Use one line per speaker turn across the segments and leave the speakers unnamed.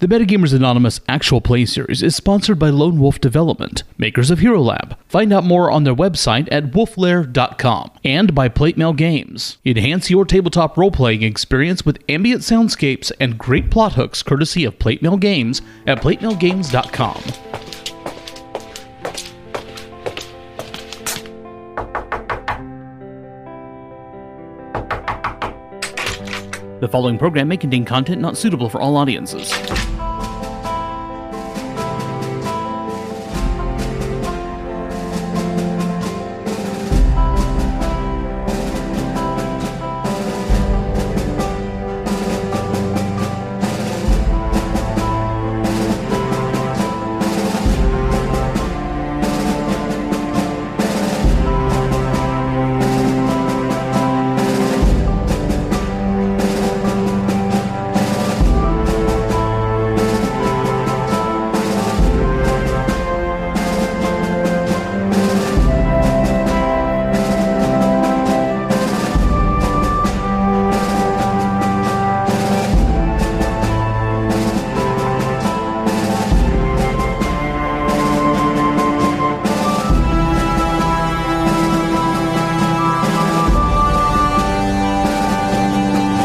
The Metagamers Anonymous actual play series is sponsored by Lone Wolf Development, makers of Hero Lab. Find out more on their website at wolflair.com and by Plate Mail Games. Enhance your tabletop role playing experience with ambient soundscapes and great plot hooks courtesy of Plate Mail Games at platemailgames.com. The following program may contain content not suitable for all audiences.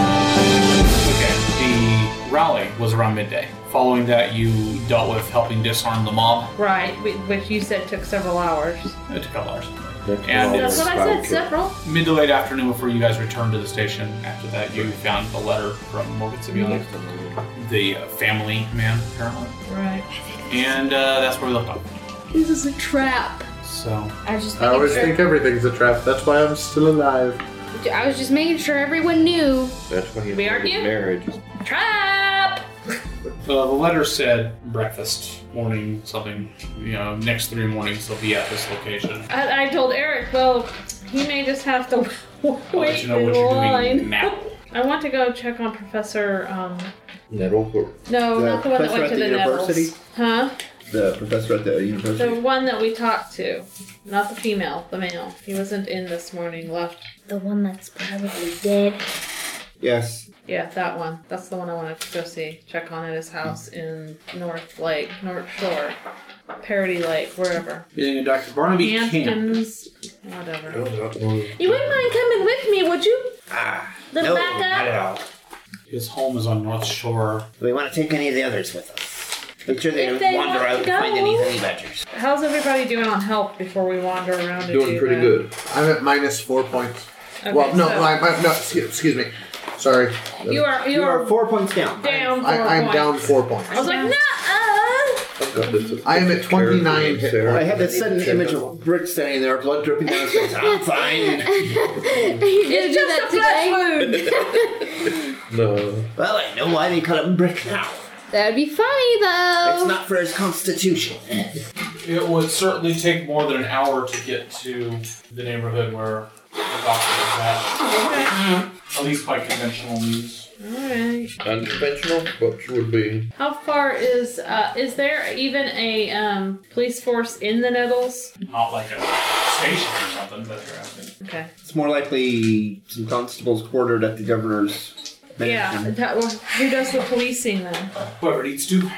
Okay, the rally was around midday. Following that, you dealt with helping disarm the mob.
Right, whi- which you said took several hours.
It took a couple hours.
And
And
That's
it's
what I said,
about-
several.
Mid to late afternoon, before you guys returned to the station, after that, you found a letter from Morgan Sabian, the uh, family man, apparently.
Right.
And uh, that's where we left off.
This is a trap.
So, uh,
I was just
I
making
always
sure.
think everything's a trap. That's why I'm still alive.
I was just making sure everyone knew.
That's why you
We are
avoided
new.
marriage.
Trap.
Uh, the letter said breakfast, morning, something. You know, next three mornings they'll be at this location.
I, I told Eric, well, he may just have to
I'll let
wait
you know
in
what you're
line.
doing now.
I want to go check on Professor. Um,
Nettle for
no,
The
not the one that
professor
went to
at
the,
the
Nettles.
university?
Huh?
the professor at the
The
university.
one that we talked to, not the female, the male. He wasn't in this morning. Left.
The one that's probably dead.
Yes.
Yeah, that one. That's the one I wanted to go see. Check on at his house in North Lake, North Shore, Parody Lake, wherever.
Being a Dr. Barnaby Camp.
Hamptons,
Oh.
whatever. You wouldn't mind coming with me, would you?
Ah,
The
no,
backup?
not at all.
His home is on North Shore.
Do we want to take any of the others with us? I'm sure they
If
don't
they
wander
want
out and
to
find
go.
any honey badgers.
How's everybody doing on health before we wander around? and do that?
I'm at minus four points.
uh, Okay,
well, no,
so
my, my, no. Excuse, excuse me. Sorry.
you are you,
You
are,
are four points down.
down.
I,
four
I'm
points.
down four points.
I was like, nah.
I am at 29 hit
I
points.
had that sudden image of Britt standing there, blood dripping down his face. I'm fine.
You're gonna do that
Just a
today?
flesh wound.
Well, I know why they call him Brick now.
That'd be funny though.
Oh.
It's not for his constitution.
It would certainly take more than an hour to get to the neighborhood where the doctor is at. At least by conventional means.
Alright.
unconventional, which would be
How far is uh is there even a um police force in the Nettles?
Not like a station or something that you're asking.
Okay.
It's more likely some constables quartered at the governor's
Yeah.
mansion.
That, well, who does the policing then?
Whoever needs to.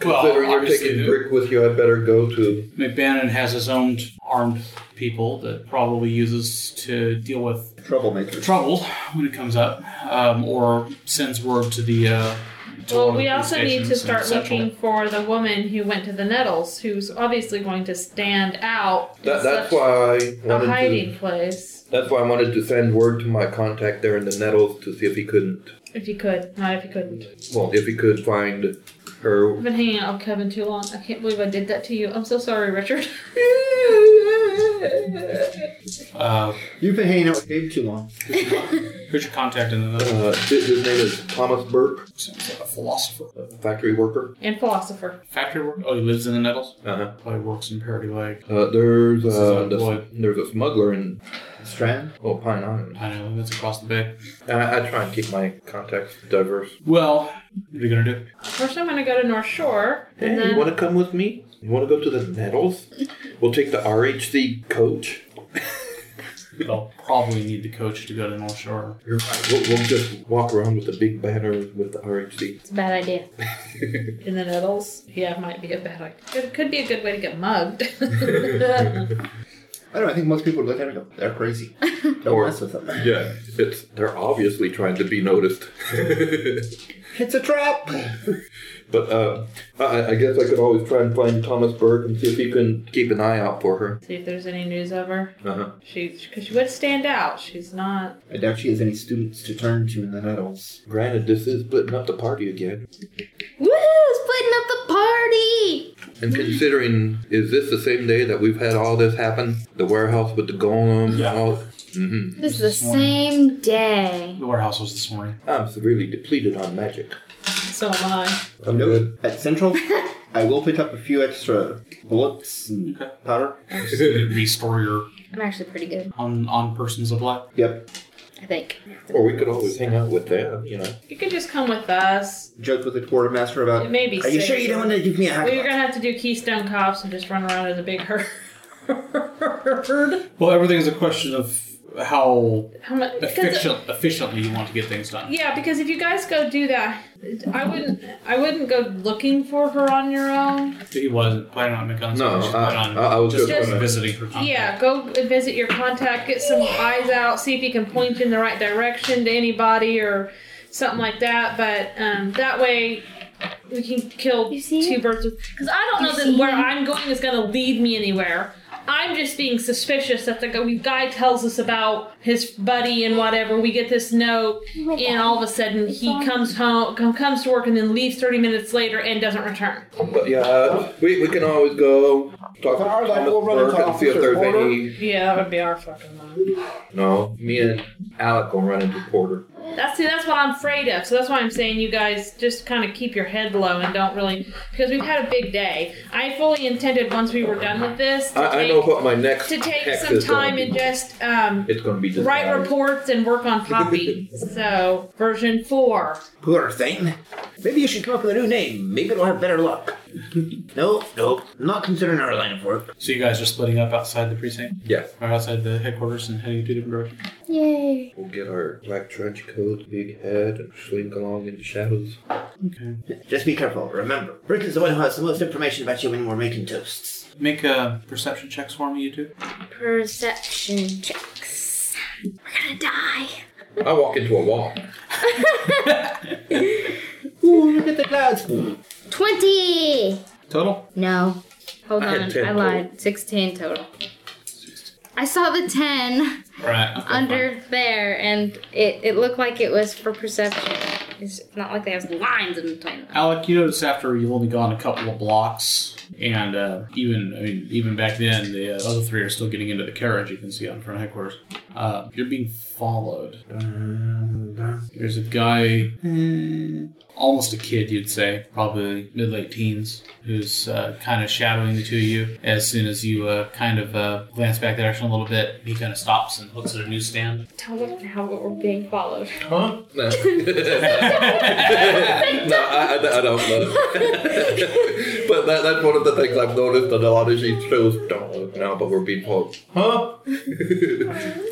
Considering you're
obviously
taking
the-
brick with you, I'd better go to
McBannon has his own armed people that probably uses to deal with
Troublemaker.
trouble when it comes up, um, or sends word to the. Uh, to
Well,
one of
we
the police
also need to
stations in
start
Central.
looking for the woman who went to the Nettles, who's obviously going to stand out. in
that, that's
such
why I
a
wanted
hiding
to
place.
that's why I wanted to send word to my contact there in the nettles to see if he couldn't
If you could, not if you couldn't.
well if he could find her
I've been hanging out with Kevin too long. I can't believe I did that to you. I'm so sorry, Richard.
Uh,
You've been hanging out with Gabe too long.
who's your contact in the
uh, his his name is Thomas Burke,
Sounds like a philosopher.
a factory worker.
and philosopher.
Factory work? Oh, he lives in the Nettles?
Uh-huh.
Probably works in Parody Lake.
Uh, there's
This is
uh,
a
the-
boy.
there's a smuggler in
Strand?
oh Pine Island.
I know, that's across the bay.
I, I try and keep my contacts diverse.
Well, what are you going to do?
First, I'm going to go to North Shore,
Hey,
and
you
then
want to come with me? You want to go to the nettles? We'll take the RHC coach.
They'll probably need the coach to go to North Shore.
You're right. We'll, we'll just walk around with a big banner with the RHD.
It's a bad idea.
In the nettles? Yeah, might be a bad idea. It could be a good way to get mugged.
I don't know. I think most people look at it and go, they're crazy. Don't
Or-
mess with them.
Yeah, it's they're obviously trying to be noticed.
It's a trap.
but uh, I, I guess I could always try and find Thomas Burke and see if he can keep an eye out for her.
See if there's any news of her.
Uh-huh.
She, because she would stand out. She's not.
I doubt she has any students to turn to in the nettles.
Granted, this is splitting up the party again.
Woohoo! Splitting up the party!
And
Hmm.
considering, is this the same day that we've had all this happen? The warehouse with the golem
Yeah.
and all? hmm
This is the same day.
The warehouse was this morning.
I'm severely depleted on magic.
So am I.
I'm good.
Nope. At Central, I will pick up a few extra bullets and
Okay.
powder.
You Restore your
I'm actually pretty good,
on on person supply.
Yep.
I think.
Or we could always hang out with them, you know.
You could just come with us.
Joked with the quartermaster about.
It may be
Are you
safe.
sure you don't want to give me a
We were
hack?
gonna have to do Keystone Cops and just run around as a big herd.
Well, everything is a question of how
How much?
efficient, efficiently you want to get things done.
Yeah, because if you guys go do that, I wouldn't. I wouldn't go looking for her on your own.
He wasn't planning on making
No,
he planning
I-
on
I- I was
just,
just-
visiting her. Contact.
Yeah, go and visit your contact, get some eyes out, see if you can point you in the right direction to anybody or something like that. But um, that way, we can kill
You see?
two birds with. Because I don't
You
know
see?
that where I'm going is going to lead me anywhere. I'm just being suspicious that the gu- guy tells us about his buddy and whatever. We get this note,
Oh
and all of a sudden he comes home, com- comes to work, and then leaves 30 minutes later and doesn't return.
But yeah, uh, we, we can always go talk to
All right,
Thomas
we'll run
Burke
into
and see if
Officer
there's
Porter.
any.
Yeah, that would be our fucking mind.
No, me and Alec will run into Porter.
That's see, that's what I'm afraid of. So that's why I'm saying you guys just kind of keep your head low and don't really because we've had a big day. I fully intended once we were done with this to
I, I
take,
know what my next
to take
text
some
is gonna
time
be.
and just um,
It's going to be just
write
that.
reports and work on Poppy. so version four.
Poor thing. Maybe you should come up with a new name. Maybe it'll have better luck. nope, nope. I'm not considering our line of work.
So you guys are splitting up outside the precinct
Yeah,
or outside the headquarters and heading two different directions.
Yay.
we'll get our black trench coat, big head, and slink along in the shadows.
Okay.
Just be careful. Remember, Rick is the one who has the most information about you when we're making toasts.
Make uh, perception checks for me, you two.
Perception checks. We're gonna die.
I walk into a wall.
Ooh, look at the clouds.
20!
Total.
No. Hold
I had
on,
10
I lied. 16 total. I saw the 10
Right. okay, fine.
under there, and it, it looked like it was for perception. It's not like there's lines in between them.
Alec, you notice after you've only gone a couple of blocks, and uh, even I mean, even back then, the uh, other three are still getting into the carriage. You can see out in front of headquarters. Uh, you're being followed. There's a guy, eh, almost a kid, you'd say, probably mid late teens, who's uh, kind of shadowing the two of you. As soon as you uh, kind of uh, glance back direction a little bit, he kind of stops and looks at a newsstand.
Tell them how we're being followed.
Huh? No. no, I, I, I don't know. but that, that's one of the things I've noticed that a lot of these shows don't look now, but we're being told, huh?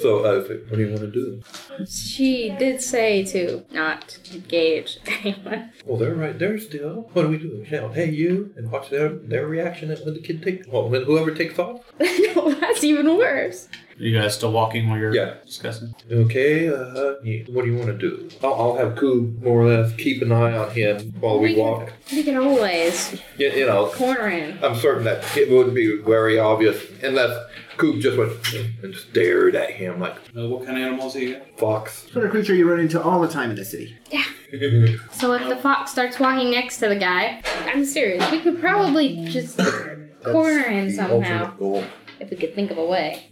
so I was like, what do you want to do?
She did say to not engage anyone.
Well, they're right there still. What do we do? Shout, hey, you, and watch their their reaction when the kid takes, well, when whoever takes off.
no, that's even worse.
Are you guys still walking while you're
Yeah.
discussing?
Okay, uh, you- what do you want to do? I'll, I'll have Koo more or less keep an eye on him while we
We-
walk.
You can always
You, you know,
corner him.
I'm certain that it would be very obvious unless Coop just went and stared at him like
Uh, what kind of animals are you? got?
fox.
Sort of creature you run into all the time in the city.
So if the fox starts walking next to the guy, I'm serious. We could probably just corner him somehow
Ultimate goal.
if we could think of a way.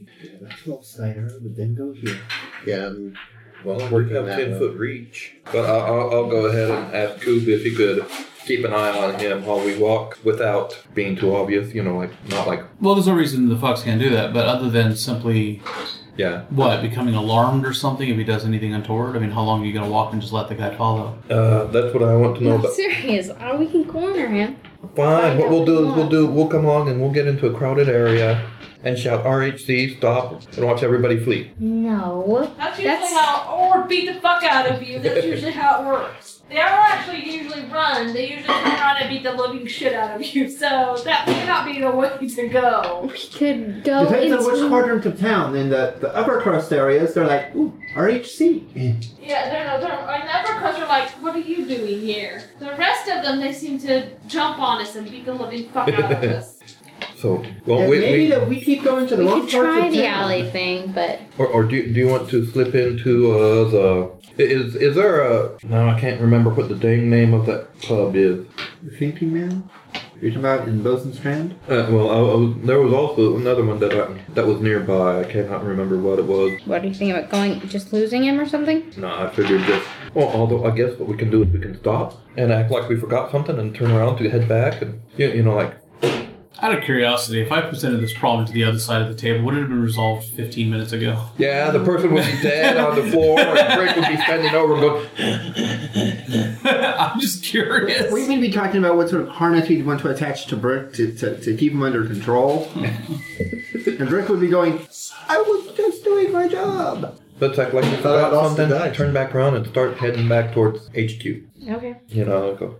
Cider would then go here.
Yeah, I'm
Well, we
Working
have
that
ten
way.
foot reach, but I- I'll, I'll go ahead and ask Coop if he could keep an eye on him while we walk without being too obvious. You know, like not like
Well, there's no reason the fox can't do that, but other than simply
yeah.
what becoming alarmed or something if he does anything untoward. I mean, how long are you going to walk and just let the guy follow?
Uh, that's what I want to know.
I'm
But
serious. Oh, we can corner him.
Fine. What we'll do is we'll do we'll come along and we'll get into a crowded area and shout RHC stop and watch everybody flee.
No.
That's usually
That's-
how, or beat the fuck out of you. That's usually how it works. They don't actually usually run. They usually try to beat the living shit out of you. So that may not be the way to go.
We could go
Depends on which
into.
quadrant of town. In the, the upper crust areas, they're like, ooh, RHC.
Yeah, they're, they're, and uppercuts are like, what are you doing here? The rest of them, they seem to jump on us and beat the living fuck out of us.
So well
And
wait,
maybe
wait
that we keep going to the
we
wrong
could
parts
try
of
the
town.
alley thing, but
or, or do, do you want to slip into uh, the is is there a no I can't remember what the dang name of that club is.
The thinking man? You're talking about in Bosun Strand?
Uh, well, I, I was, there was also another one that I, that was nearby. I cannot remember what it was.
what do you think about going, just losing him or something?
No, I figured just. Well, although I guess what we can do is we can stop and act like we forgot something and turn around to head back and you, you know like
Out of curiosity, if I presented this problem to the other side of the table, would it have been resolved 15 minutes ago?
yeah the person would be dead on the floor and Rick would be standing over and going
I'm just curious.
We may be talking about what sort of harness we'd want to attach to Brick to, to, to keep him under control. and Brick would be going, I was just doing my job.
let's act like we
Thought I'd
forgot
lost
something
the guy.
turn back around and start heading back towards HQ you
Okay.
know go,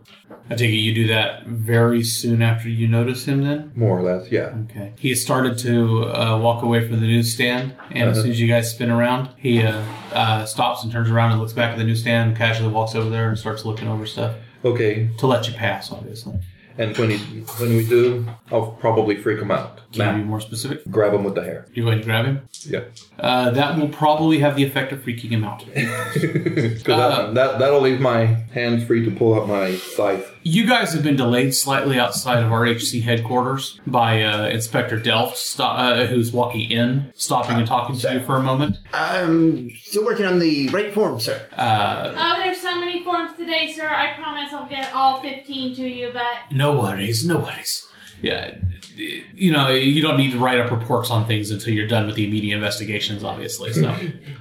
I take it you do that very soon after you notice him then?
more or less yeah
Okay. He has started to uh, walk away from the newsstand, and as
Uh-huh.
soon as you guys spin around, he uh, uh, stops and turns around and looks back at the newsstand, casually walks over there and starts looking over stuff
okay
to let you pass, obviously.
and when he when we do I'll probably freak him out
Can you
Nah.
be more specific?
grab him with the hair
You go ahead and grab him.
yeah
Uh, that will probably have the effect of freaking him out.
because
Uh-huh.
Uh.
that, that that'll leave my hands free to pull out my scythe
You guys have been delayed slightly outside of RHC headquarters by uh, Inspector Delft, sto- uh, who's walking in, stopping and talking to you for a moment.
I'm still working on the right form, sir.
Uh,
Oh, there's so many forms today, sir. I promise I'll get all 15 to you, but
no worries, no worries. Yeah, you know, you don't need to write up reports on things until you're done with the immediate investigations, obviously. So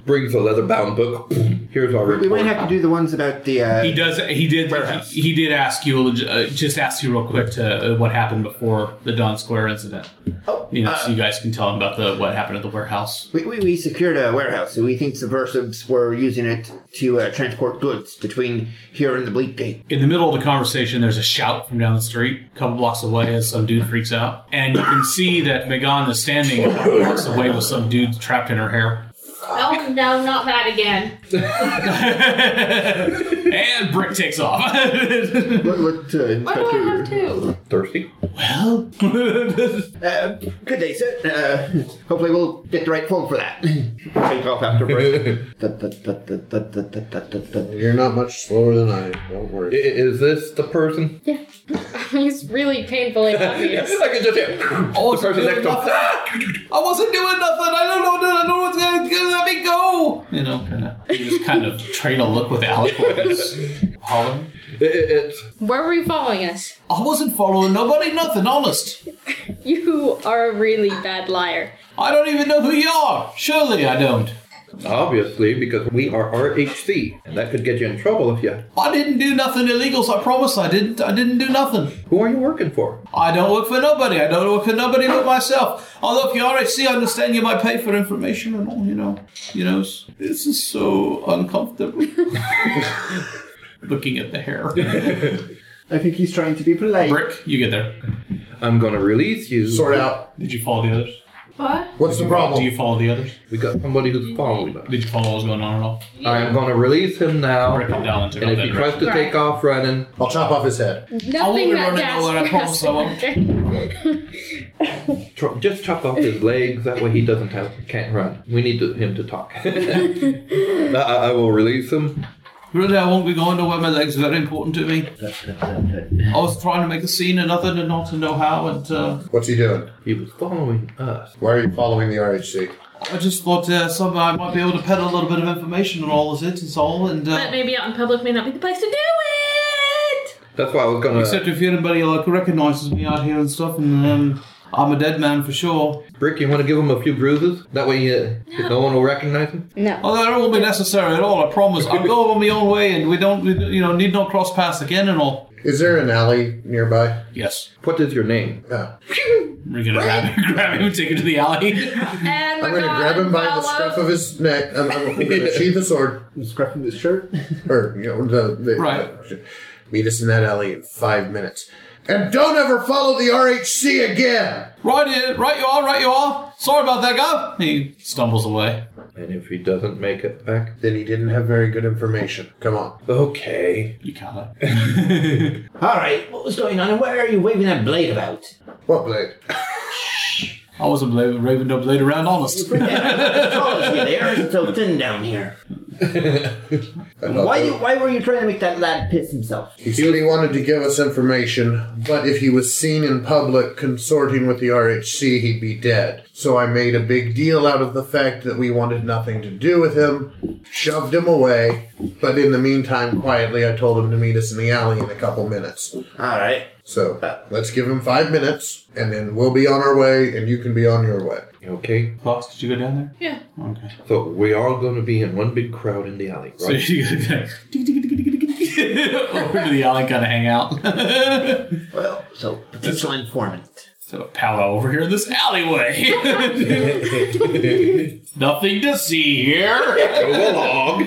brings a leather bound book. Here's our report.
We might have to do the ones about the. Uh,
he does. He did.
Warehouse.
He, he did ask you. Uh, just ask you real quick to uh, what happened before the Don Square incident.
Oh,
You know,
uh,
so you guys can tell him about the what happened at the warehouse.
we, we, we secured a warehouse, so we think subversives were using it to uh, transport goods between here and the Bleak Gate.
In the middle of the conversation, there's a shout from down the street, a couple blocks away, as some dude freaks out. And you can see that Megan is standing a couple blocks away with some dude trapped in her hair.
oh no, not that again.
and Brick takes off.
What, what, uh,
Why do I have
Inspector?
two?
Thirsty?
well,
Uh, good day, sir. Uh, hopefully, we'll get the right form for that. Take off after break.
I-
Dun-dun-dun-dun-dun-dun-dun-dun.
You're not much slower than I. am. Don't worry.
Is this the person?
He's really painfully obvious.
I can just hear. Oh, the person next to him.
I wasn't doing nothing. I don't know. I don't know what's gonna, gonna let me go. You know, kind of. You just kind of trade a look with Alec while he's hollering.
It- it- it's
Where were you following us?
I wasn't following nobody. Nothing. Honest.
You are a really bad liar.
I don't even know who you are. Surely I don't.
obviously because we are RHC, and that could get you in trouble if you.
I didn't do nothing illegal, so I promise I didn't. I didn't do nothing.
Who are you working for?
I don't work for nobody. I don't work for nobody but myself. Although if you're RHC, I understand you might pay for information and all, you know. You know, s- this is so uncomfortable. Looking at the hair.
I think he's trying to be polite.
Brick, you get there.
I'm gonna release you.
Sort out.
Did you follow the others?
What?
What's the problem?
Do you follow the others?
We got somebody who's following us.
Did you follow what was going on at all?
I am gonna release him now.
Break him down into
And if
that
he tries to
Right.
take off running,
I'll chop off his head.
Nothing
be
that
running nowhere, I promise I won't.
fast.
tr- just chop off his legs. That way he doesn't have can't run. We need to, him to talk. I, I I will release him.
Really, I won't be going to where my legs are very important to me. I was trying to make a scene and nothing and not to know how, and uh,
What's he doing?
He was following us.
Why are you following the RHC?
I just thought uh, somehow I might be able to peddle a little bit of information on all of it and so all. And
That
uh,
maybe out in public may not be the place to do it.
That's why I was gonna.
except if anybody like recognizes me out here and stuff, and um, I'm a dead man for sure.
Brick, you want to give him a few bruises? That way uh, no one will recognize him?
No.
Although that won't be necessary at all, I promise. I'll go on my own way, and we don't, we, you know, need not cross paths again and all.
Is there an alley nearby?
Yes.
What is your name?
Yeah.
We're gonna grab him, grab him, take him to the alley.
And
I'm
we're
gonna grab him by the scruff of his neck. I'm, I'm, I'm gonna sheath the sword,
I'm scruffing this shirt.
or you know, the, the
Right.
meet us in that alley in five minutes, and don't ever follow the RHC again.
Right in, right you are, right you are. Sorry about that guy. He stumbles away.
And if he doesn't make it back,
Then he didn't have very good information. Come on.
okay.
You got it.
All right, what was going on, and why are you waving that blade about?
What blade?
I wasn't bla- raving no blade around, honest.
Oh, it's here, the air is so thin down here. Why, you, why were you trying to make that lad piss himself?
He said he wanted to give us information, but if he was seen in public consorting with the RHC, he'd be dead. So I made a big deal out of the fact that we wanted nothing to do with him, shoved him away, but in the meantime, quietly, I told him to meet us in the alley in a couple minutes.
All right.
So let's give him five minutes, and then we'll be on our way, and you can be on your way.
You Okay.
Fox, did you go down there?
Yeah.
Okay.
So we are going to be in one big crowd in the alley,
So
right?
you go down. Over to the alley, kind of hang out.
Well, so potential informant.
so powwow over here in this alleyway. Nothing to see here.
Go along.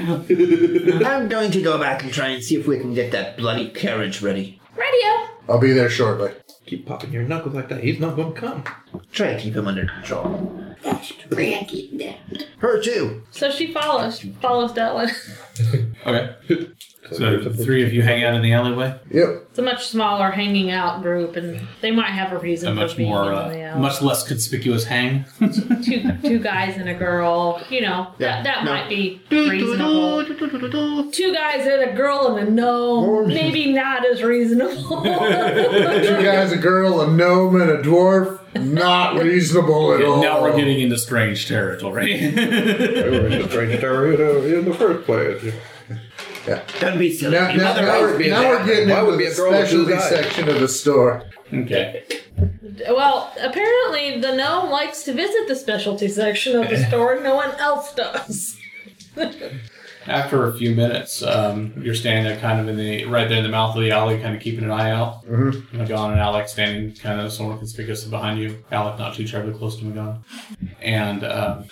I'm going to go back and try and see if we can get that bloody carriage ready.
radio.
I'll be there shortly.
Keep popping your knuckles like that. He's not going to come.
Try to keep him under control. Her too.
So she follows follows Dylan.
Okay. So the three of you hang out in the alleyway.
Yep.
It's a much smaller hanging out group, and they might have a reason
A
for
much
being in
more,
the
uh,
alley.
much less conspicuous hang.
two two guys and a girl. You know that,
Yeah,
that
no.
might be reasonable. Two guys and a girl and a gnome. Maybe not as reasonable.
Two guys, a girl, a gnome, and a dwarf. Not reasonable at all.
now we're getting into strange territory.
They were in the strange area in the first place.
Don't be silly.
Now, now, now,
would
we're,
be a
now
man.
we're getting
Why
into
would be
the
a girl with two
specialty
eyes?
section of the store.
okay.
well, apparently the gnome likes to visit the specialty section of the store. No one else does.
After a few minutes, um, you're standing there kind of in the right there in the mouth of the alley, kind of keeping an eye out. Mm-hmm. McGon and Alec standing kind of somewhat conspicuous behind you. Alec not too terribly close to McGon. And um,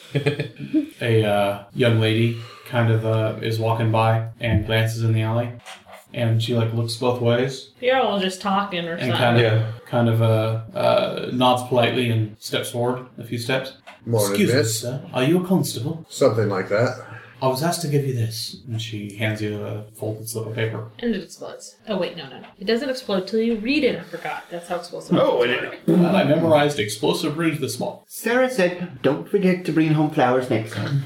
a uh, young lady kind of uh, is walking by and glances in the alley. And she like looks both ways
You're all just talking or
and
something.
kind of
Yeah.
kind of uh, uh, nods politely and steps forward a few steps.
Morning,
Excuse me,
miss.
sir. Are you a constable?
Something like that.
I was asked to give you this. And she hands you a folded slip of paper.
and it explodes. Oh wait, no, no, no. It doesn't explode till you read it. I forgot. That's how it's supposed to.
Oh, and it,
And I memorized explosive ruse this month.
Sarah said, "Don't forget to bring home flowers next time."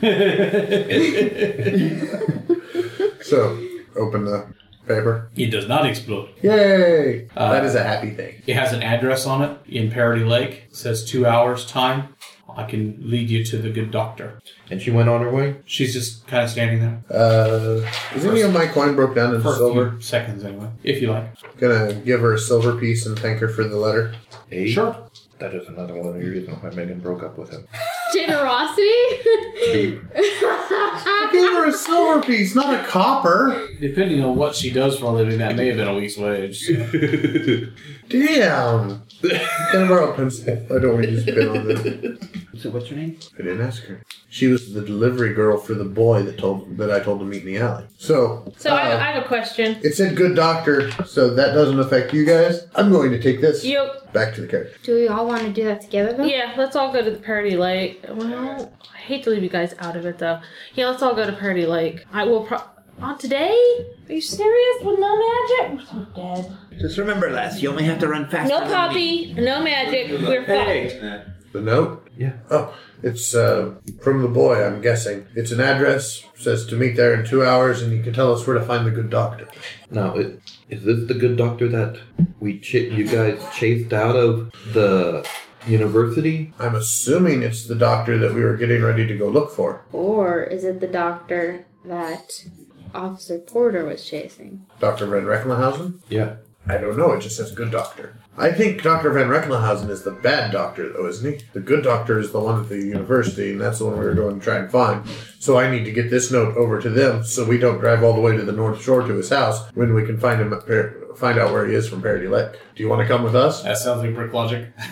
So, open the paper.
It does not explode.
Yay!
Uh,
that is a happy thing.
It has an address on it in Parody Lake. It says two hours time. I can lead you to the good doctor.
And she went on her way.
She's just kind of standing there
Uh, is any of my coin broke down into
for a
silver?
few seconds anyway, if you like.
Gonna give her a silver piece and thank her for the letter.
Hey,
Sure.
That is another one of the reasons why Megan broke up with him.
Generosity?
I gave her a silver piece, not a copper.
Depending on what she does for a living, that may have been a week's wage.
Damn. Can I borrow a pencil? I don't want to use a pen on this.
So what's her name?
I didn't ask her. She was the delivery girl for the boy that told that I told to meet in the alley. So,
So I,
uh,
I have a question.
It said good doctor, so that doesn't affect you guys. I'm going to take this
You
back to the carriage.
Do we all want to do that together though?
Yeah, let's all go to the Purdy Lake. Well, I hate to leave you guys out of it though. Yeah, let's all go to Purdy Lake. I will pro. On today? Are you serious? With no magic? We're so dead.
just remember, lass, you only have to run faster.
No
than me.
poppy, no magic. We're fucked.
The note?
Yeah.
Oh, it's uh, from the boy, I'm guessing. It's an address, says to meet there in two hours, and you can tell us where to find the good doctor.
Now, i- is this the good doctor that we ch- you guys chased out of the university?
I'm assuming it's the doctor that we were getting ready to go look for.
Or is it the doctor that Officer Porter was chasing?
Dr. Van Recklinghausen?
Yeah.
I don't know. It just says good doctor. I think Dr. Van Recklinghausen is the bad doctor, though, isn't he? The good doctor is the one at the university, and that's the one we were going to try and find. So I need to get this note over to them so we don't drive all the way to the North Shore to his house when we can find him at Par- find out where he is from Parody Lake. Do you want to come with us?
That sounds like brick logic.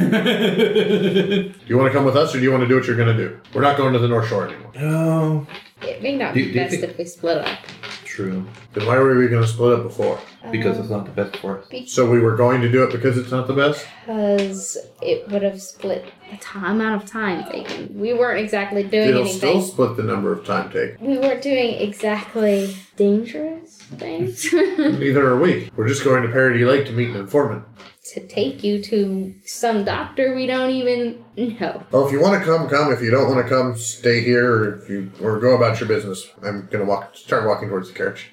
Do you want to come with us, or do you want to do what you're going to do? We're not going to the North Shore anymore.
No.
It may not
Do-
be
do you
best
think-
if we split up.
True.
Then why were we going to split up before?
Because it's not the best for us.
So we were going to do it because it's not the best?
Because it would have split the ti- amount of time taken. We weren't exactly doing
It'll
anything.
still split the number of time taken.
we weren't doing exactly dangerous things.
Neither are we. We're just going to Parody Lake to meet an informant.
to take you to some doctor we don't even know.
Oh, if you want to come, come. If you don't want to come, stay here, or if you or go about your business. I'm gonna walk, start walking towards the carriage.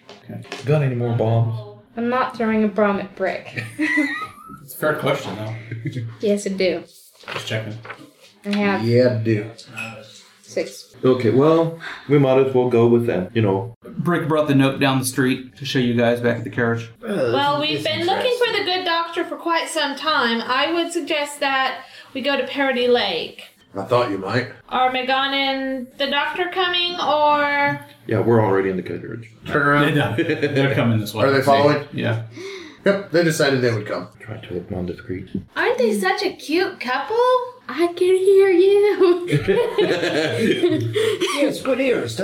Got any more bombs?
I'm not throwing a bomb at brick.
It's a fair question, though.
yes, I do.
Just checking.
I have
Yeah, dude.
six.
Okay, well, we might as well go with them. You know,
Brick brought the note down the street to show you guys back at the carriage.
Well, we've been looking for the good doctor for quite some time. I would suggest that we go to Parody Lake.
I thought you might.
Are Megan and the doctor coming, or
yeah, we're already in the carriage.
Turn
They're
around.
done. uh, They're coming this way.
Are they following?
Yeah.
Yep, they decided they would come.
Try to look non-discreet.
aren't they such a cute couple?
I can hear you.
Yes, good ears.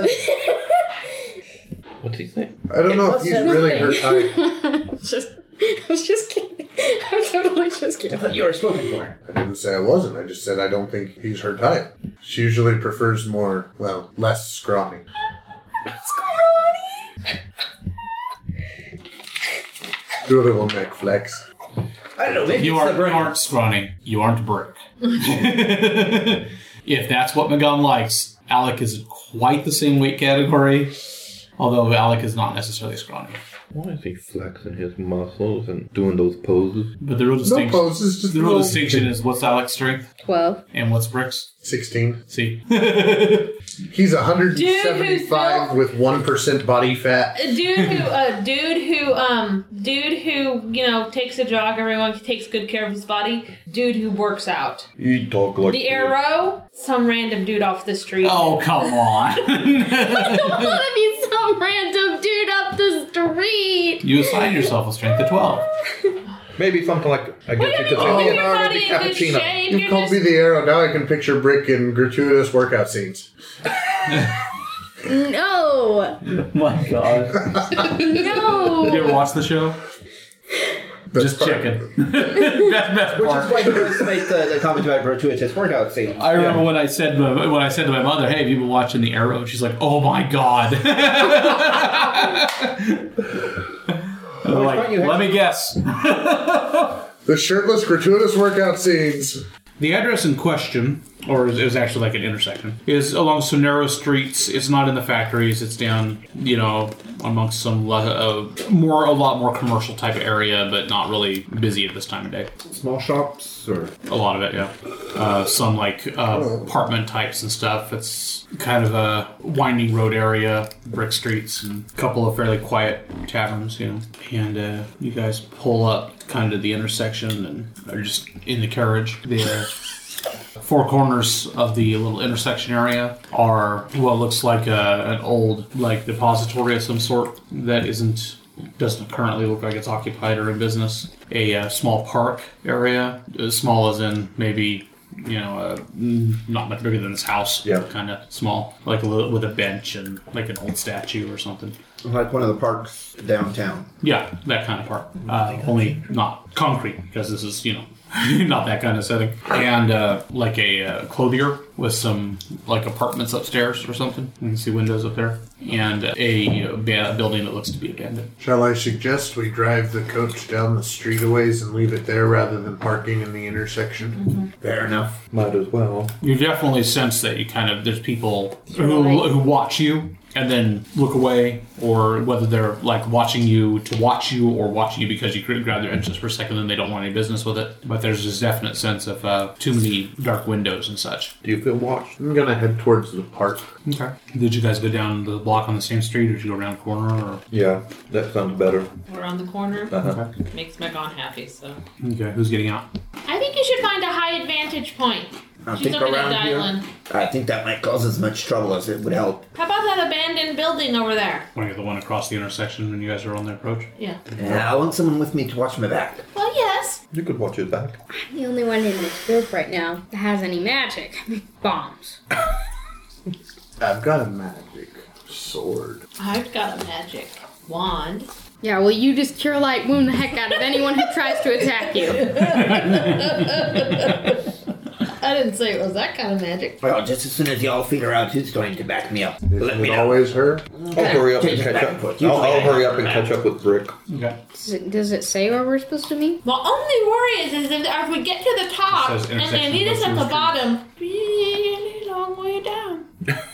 What's he saying?
I don't know if he's really her type.
just, I'm just kidding. I'm totally just kidding.
That's what you were spoken for.
I didn't say I wasn't. I just said I don't think he's her type. She usually prefers more, well, less scrawny. Do a little neck flex.
I don't know. Maybe
You
it's
aren't,
the
you
brain.
aren't scrawny. You aren't brick. if that's what Magan likes, Alec is quite the same weight category, although Alec is not necessarily scrawny.
Why is he flexing his muscles and doing those poses?
But the real
No
distinction,
poses, just
the real
little-
distinction is what's Alec's strength
Twelve.
and what's Brick's.
Sixteen.
See,
He's
Dude, who's
175
built-
with one percent body fat.
A dude who a dude who um dude who you know takes a jog everyone takes good care of his body dude who works out
You talk like
the arrow some random dude off the street
oh come on!
I don't want to be some random dude up the street.
you assign yourself a strength of twelve.
Maybe something like I guess
I
you could
mean,
say
keep
an
your
hour to
body
be
in good
cappuccino.
shape
You
you're
called
just
me the arrow. Now I can picture Brick in gratuitous workout scenes.
No,
My God.
Did you
no.
ever watch the show?
That's
Just
part-
checking. That's best
Which
part.
is why he always makes the, the comment about gratuitous workout scene.
I remember when I said to- when I said to my mother, "Hey, have you been watching The Arrow?" And she's like, "Oh my god!" I'm like,
you had-
let me guess.
The shirtless gratuitous workout scenes.
The address in question, or it was actually like an intersection, is along some narrow streets. It's not in the factories. It's down, you know, amongst some le- uh, more a lot more commercial type of area, but not really busy at this time of day.
Small shops or
A lot of it, yeah. Uh, some like uh, apartment types and stuff. It's kind of a winding road area, brick streets, and a couple of fairly quiet taverns, you know. And uh, you guys pull up kind of the intersection and are just in the carriage. The uh, four corners of the little intersection area are what looks like a, an old like depository of some sort that isn't doesn't currently look like it's occupied or in business. A uh, small park area, as small as in maybe you know uh, mm, not much bigger than this house.
Yeah.
kind of small, like a little, with a bench and like an old statue or something.
like one of the parks downtown.
Yeah, that kind of part. Uh, only not concrete because this is you know not that kind of setting. And uh, like a uh, clothier with some like apartments upstairs or something. You can see windows up there and a uh, ba- building that looks to be abandoned.
Shall I suggest we drive the coach down the street a ways and leave it there rather than parking in the intersection?
Mm-hmm.
Fair enough.
Might as well.
You definitely sense that you kind of there's people who, who watch you and then look away, or whether they're like watching you to watch you, or watching you because you could grab their interest for a second and they don't want any business with it. But there's this definite sense of uh, too many dark windows and such.
Do you feel watched?
I'm gonna head towards the park.
Okay. Did you guys go down the block on the same street, or did you go around the corner? Or
Yeah, that sounds better.
We're on the corner.
Uh-huh.
Makes Megan happy, so.
okay, who's getting out?
I think you should find a high advantage point.
I
She's
think
looking at
around
the
here.
island.
I think that might cause as much trouble as it would help.
How about that abandoned building over there?
Like the one across the intersection when you guys are on the approach.
Yeah.
Yeah, I want someone with me to watch my back.
Well, yes.
You could watch it back.
I'm the only one in this group right now that has any magic. Bombs.
I've got a magic sword.
I've got a magic wand.
Yeah, well, you just cure light wound the heck out of anyone who tries to attack you.
I didn't say it was that kind of magic.
Well, just as soon as y'all figure out who's going to back me up,
Is
let
it
me know.
always her?
I'll hurry up and
Change it
catch
back
up.
and forth.
I'll, I'll hurry up and
Usually I-
catch up with Brick.
Okay.
Does it, does it say where we're supposed to be?
My only worry is, is if, if we get to the top
It says
and they
intersection
lead
of
us at the
those
bottom, really long way down.
Well,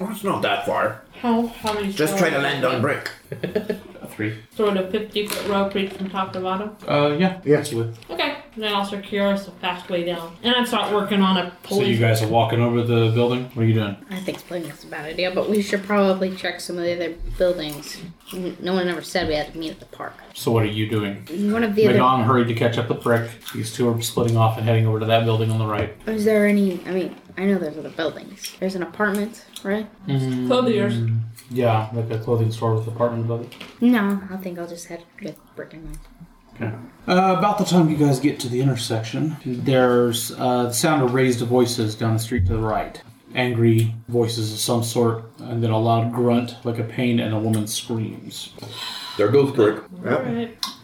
Oh, it's not that far.
How, how many
Just try to land on brick.
A three.
Sort of 50 foot rope reach from top to bottom.
Uh, yeah.
Yes.
Okay. Then I'll secure us a fast way down. And I'd start working on a
So you
police.
guys are walking over the building. What are you doing?
I think splitting is a bad idea, but we should probably check some of the other buildings. N- No one ever said we had to meet at the park.
So what are you doing?
One of the other.
Megan hurried to catch up with Brick. These two are splitting off and heading over to that building on the right.
Is there any? I mean, I know there's other buildings. There's an apartment, right?
Clothiers.
Mm. Yeah, like a clothing store with apartment above it.
No, I think I'll just head with Brick and Mine.
Uh, about the time you guys get to the intersection, there's uh, the sound of raised voices down the street to the right. Angry voices of some sort, and then a loud grunt, like a pain, and a woman screams.
There goes Brick.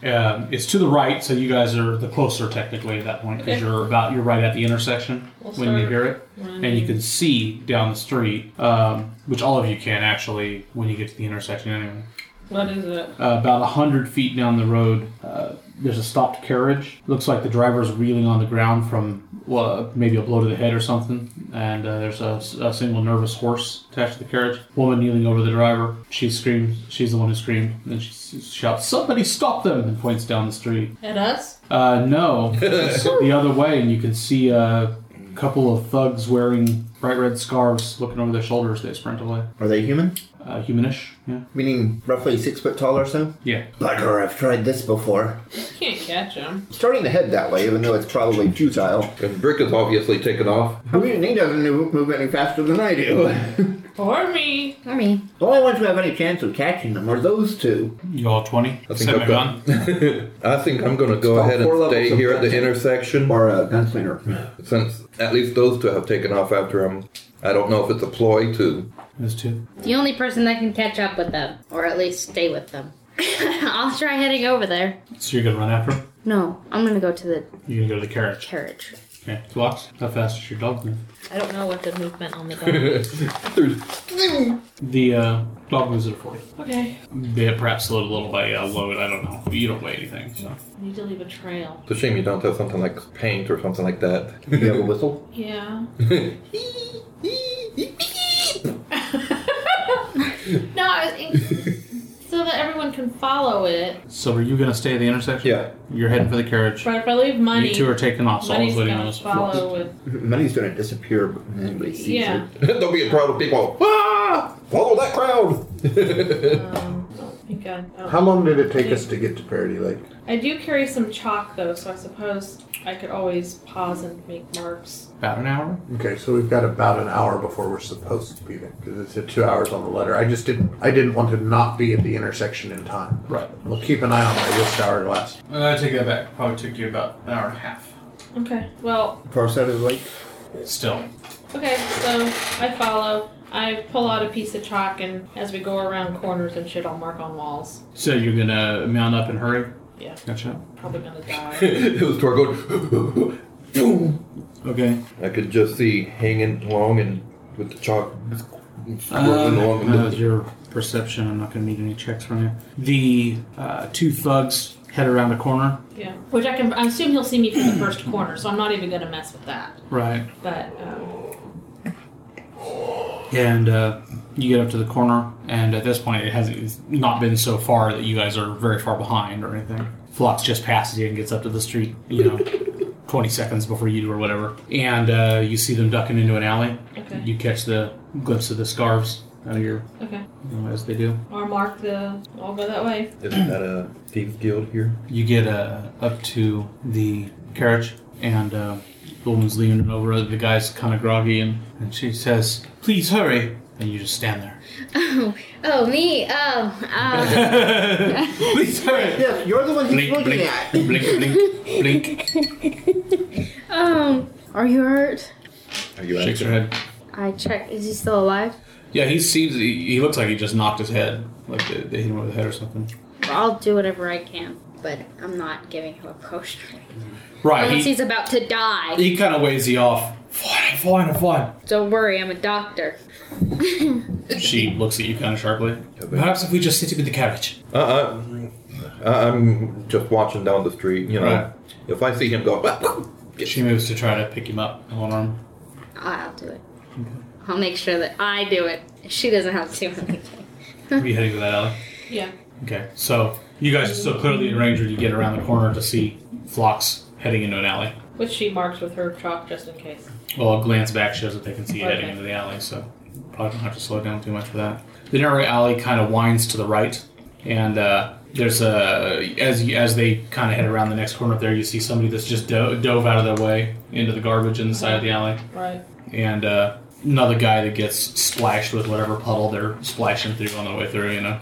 Um, it's to the right, so you guys are the closer technically at that point because you're about you're right at the intersection when you
start
hear it, and you can see down the street, um, which all of you can actually when you get to the intersection anyway.
What is it?
Uh, about a hundred feet down the road, uh, there's a stopped carriage. Looks like the driver's reeling on the ground from well, maybe a blow to the head or something. And uh, there's a, a single nervous horse attached to the carriage. Woman kneeling over the driver. She screams. She's the one who screamed. And she s- shouts, "Somebody stop them!" and points down the street.
At us?
Uh, no, it's the other way, and you can see a couple of thugs wearing bright red scarves, looking over their shoulders. They sprint away.
Are they human?
Uh, humanish, yeah,
Meaning roughly six foot tall or so?
yeah.
Bugger, I've tried this before.
Can't catch him.
Starting to head that way, even though it's probably futile.
And Brick is obviously taken off.
I mean, he doesn't move move any faster than I do.
Or me.
I mean,
the only ones who have any chance of catching them are those two.
You all twenty.
I think
Set my
I've got.
gun.
I think I'm going to go
About
ahead
four
and
levels
stay
of
here at the
tension.
intersection
Or a gunslinger.
since at least those two have taken off after him. I don't know if it's a ploy to.
There's two.
the only person that can catch up with them, or at least stay with them. I'll try heading over there.
So you're gonna run after him.
No, I'm gonna go to the
You're gonna go to the carriage.
carriage.
Okay, two blocks. How fast is your dog move?
I don't know what the movement on the dog.
The uh, dog moves at a forty.
okay.
They perhaps slowed a little by uh, load. I don't know. You don't weigh anything, so
I need to leave a trail.
It's a shame you don't have something like paint or something like that.
Do you have a whistle?
Yeah.
No, I so that everyone can follow it.
so are you gonna stay at the intersection?
Yeah.
You're heading for the carriage.
But if I leave money,
You two are taking off. So I
money's
was waiting on
gonna
this.
follow with.
Money's gonna disappear when anybody sees
Yeah.
it.
There'll be a crowd of people. Ah! Follow that crowd!
Um, I don't think I, I don't-
How long did it take us to get to Parody Lake?
I do carry some chalk though, so I suppose I could always pause and make marks.
About an hour.
Okay, so we've got about an hour before we're supposed to be there because it said two hours on the letter. I just didn't. I didn't want to not be at the intersection in time.
Right.
We'll keep an eye on my wrist hourglass.
Uh, I take that back. Probably took you about an hour and a half.
Okay. Well,
Far side of the lake.
Still.
okay, so I follow. I pull out a piece of chalk and as we go around corners and shit I'll mark on walls.
So you're gonna mount up and hurry?
Yeah.
Gotcha.
Probably gonna die.
it was Tor going. boom.
Okay.
I could just see hanging along and with the chalk squirting along.
Uh,
and
with your perception, I'm not gonna need any checks from you. The uh, two thugs head around the corner.
yeah. Which I can I assume he'll see me from the first corner, so I'm not even gonna mess with that.
Right.
But um,
And uh,
You get up to the corner, and at this point, it hasn't it's not been so far that you guys are very far behind or anything. Phlox just passes you and gets up to the street, you know, 20 seconds before you do or whatever. And uh, you see them ducking into an alley.
Okay.
You catch the glimpse of the scarves out of your,
Okay.
you know, as they do.
Or mark the. I'll go that way.
Isn't that a thieves guild here?
You get uh, up to the carriage, and uh, the woman's leaning over. The guy's kind of groggy, and, and she says, "Please hurry!" And you just stand there.
Oh, oh, me. Oh, um,
Please hurry!
Yes, you're the one he's
Blink,
looking
blink,
at.
blink, blink, blink.
um. Are you hurt?
Are you
Shakes her head.
I check. Is he still alive?
Yeah, he seems. He, he looks like he just knocked his head. Like they, they hit him over the head or something.
I'll do whatever I can, but I'm not giving him a potion
Right.
unless
Uh, He,
he's about to die.
he kind of waves you off. Fine, fine, fine.
Don't worry, I'm a doctor.
She looks at you kind of sharply.
but-
Perhaps if we just sit him in the carriage.
Uh, uh, I- I'm just watching down the street, you know.
Right.
If I see him go,
She moves to try to pick him up in one arm.
I'll do it. I'll make sure that I do it. She doesn't have to do anything.
Are you heading to that alley?
Yeah.
Okay, so you guys are still clearly in range when you get around the corner to see Phlox heading into an alley.
Which she marks with her chalk just in case.
Well, a glance back shows that they can see you heading
Okay.
into the alley, so probably don't have to slow down too much for that. The narrow alley kind of winds to the right, and uh, there's a as you- as they kind of head around the next corner up there, you see somebody that's just do- dove out of their way into the garbage in the side of the alley,
Right.
and uh, another guy that gets splashed with whatever puddle they're splashing through on the way through, you know,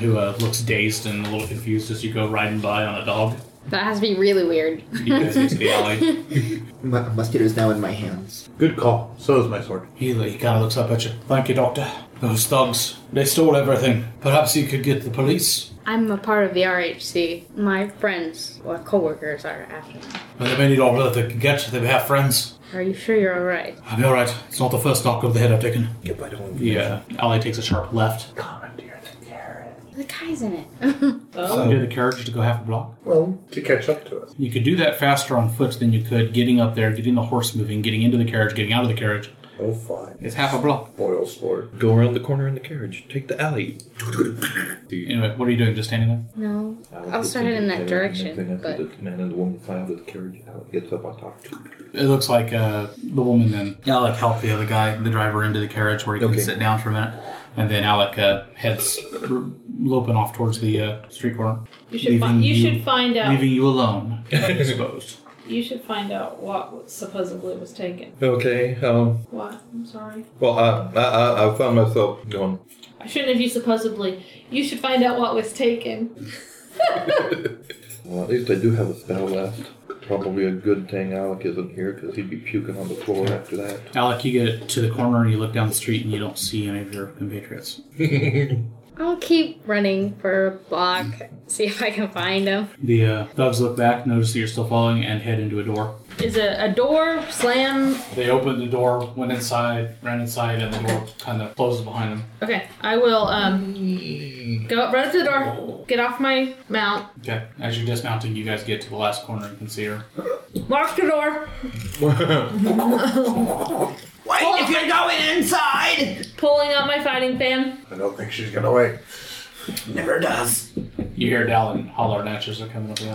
who uh, looks dazed and a little confused as you go riding by on a dog.
That has to be really weird.
You guys into the alley.
My musket is now in my hands.
Good call. So is my sword.
He, he kind of looks up at you. Thank you, Doctor. Those thugs, they stole everything. Perhaps you could get the police.
I'm a part of the RHC. My friends or coworkers are after me.
But they may need all that they can get. They may have friends.
Are you sure you're all right?
I'll be alright. It's not the first knock of the head I've taken.
"If I don't
Yeah. Ally takes a sharp left.
The guy's in it.
Oh.
do the carriage to go half a block?
Well, to catch up to us.
You could do that faster on foot than you could getting up there, getting the horse moving, getting into the carriage, getting out of the carriage.
Oh, fine.
It's half a block.
Royal sword. Go around the corner in the carriage. Take the alley.
Anyway, what are you doing? Just standing there?
no. I'll start heading in that direction, but
The man and the woman fly out of the carriage. Gets up, I talk to
It looks like uh, the woman then. Alec helped the other guy, the driver, into the carriage where he
Okay.
can sit down for a minute. And then Alec uh, heads r- loping off towards the uh, street corner,
You should, fi-
Leaving
you
you-
should find out.
leaving you alone, exposed.
You should find out what supposedly was taken.
Okay, um,
What? I'm sorry.
well, I, I, I, I found myself going,
I shouldn't have used supposedly. You should find out what was taken.
well, at least I do have a spell left. Probably a good thing Alec isn't here because he'd be puking on the floor after that.
Alec, you get to the corner and you look down the street and you don't see any of your compatriots.
I'll keep running for a block, see if I can find him.
The uh, thugs look back, notice that you're still following, and head into a door.
Is it a door slam?
They open the door, went inside, ran inside, and the door kind of closes behind them.
Okay, I will um
Mm.
go up, run up to the door, get off my mount,
Okay, as you're dismounting, you guys get to the last corner and can see her.
lock the door,
Wait, if you're going inside!
pulling out my fighting fan.
I don't think she's gonna wait.
Never does.
You hear Dallin holler at you as they're coming up the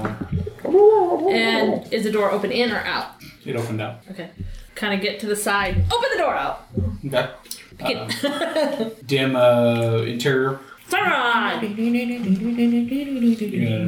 alley.
And is the door open in or out?
It opened up.
Okay. Kind of get to the side. Open the door out.
Okay.
Get-
dim uh, interior.
Sunrise.
You're gonna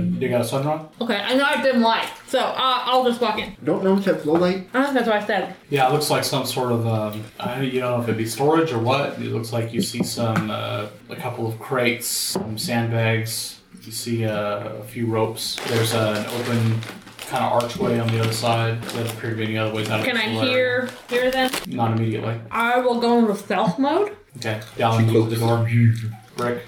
dig out a sunrod?
Okay, I know I've been light, so uh, I'll just walk in.
Don't know if that's low light.
I don't think that's what I said.
Yeah, it looks like some sort of um, I don't, you don't know if it'd be storage or what. It looks like you see some uh, a couple of crates, some sandbags. You see uh, a few ropes. There's uh, an open kind of archway on the other side. Doesn't appear to be any other ways out. of
Can
this
I
little area.
hear hear them?
Not immediately.
I will go into stealth mode.
Okay, down to the door. Brick.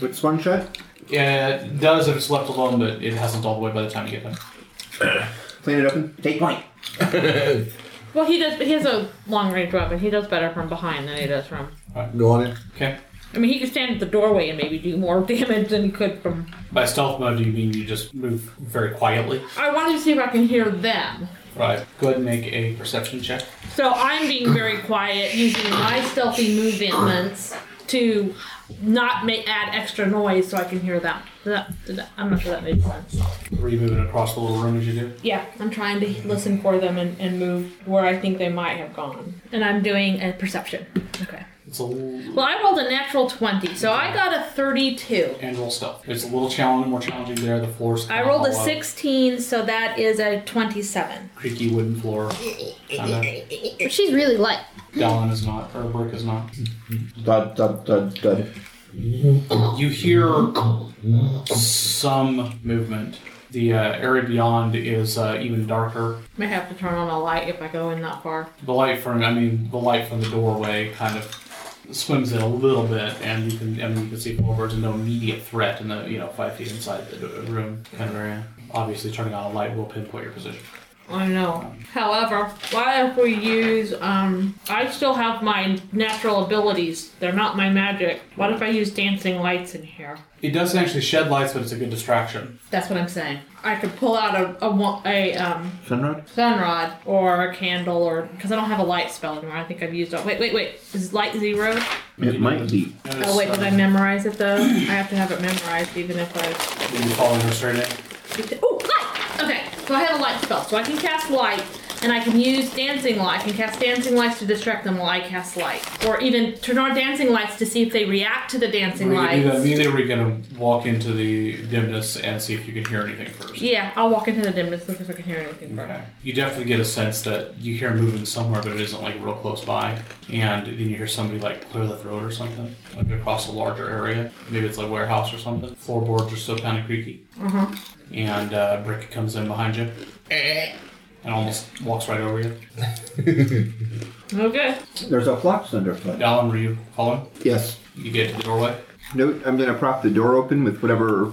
With one shot,
Yeah, it does if it's left alone, but it hasn't all the way by the time you get there.
plant it open.
Take point.
Well, he does. He has a long range weapon. He does better from behind than he does from.
Go on in.
Okay.
I mean, he could stand at the doorway and maybe do more damage than he could from.
By stealth mode, do you mean you just move very quietly?
I wanted to see if I can hear them.
Right. Go ahead and make a perception check.
So I'm being very quiet, using my stealthy movements to not ma- add extra noise so I can hear them. Did that- did that- I'm not sure that made sense.
Were you moving across the little room as you do?
Yeah, I'm trying to listen for them and, and move where I think they might have gone. And I'm doing a perception. Okay.
It's a little
Well, I rolled a natural 20, so I got a 32.
and roll stealth. It's a little challenge, more challenging there. The floor's
I rolled a
hollow,
16, so that is a 27.
creaky wooden floor. Kinda.
But she's really light.
Dallin is not, or Burke is not.
Dud, dud, dud, dud.
You hear some movement. The uh, area beyond is uh, even darker.
May have to turn on a light if I go in that far.
The light from, I mean, the light from the doorway kind of swims it a little bit, and you can, I mean, you can see forward there's no immediate threat in the, you know, five feet inside the do- room kind of area. Obviously, turning on a light will pinpoint your position.
I know. However, why if we use um I still have my natural abilities. They're not my magic. What if I use dancing lights in here?
It doesn't actually shed lights, but it's a good distraction.
That's what I'm saying. I could pull out a a, wa- a um
Sunrod?
sunrod or a candle or because I don't have a light spell anymore. I think I've used all. Wait, wait, wait. Is light zero?
It might be.
Oh wait,
uh,
did I memorize it though? I have to have it memorized even if I.
When you fall in or straight in.
Oh, light! Okay, so I have a light spell. So I can cast light, and I can use dancing light. I can cast dancing lights to distract them while I cast light. Or even turn on dancing lights to see if they react to the dancing
We're gonna do that
lights.
immediately. We're gonna walk into the dimness and see if you can hear anything first.
Yeah, I'll walk into the dimness and see if I can hear anything first.
Okay. You definitely get a sense that you hear moving somewhere, but it isn't like real close by. And then you hear somebody like clear the throat or something, like across a larger area. Maybe it's like warehouse or something. Floorboards are still kind of creaky. And uh, Brick comes in behind you and almost walks right over you.
Okay.
There's a flux underfoot.
Dallin, were you following?
Yes.
You get to the doorway.
Note, I'm going to prop the door open with whatever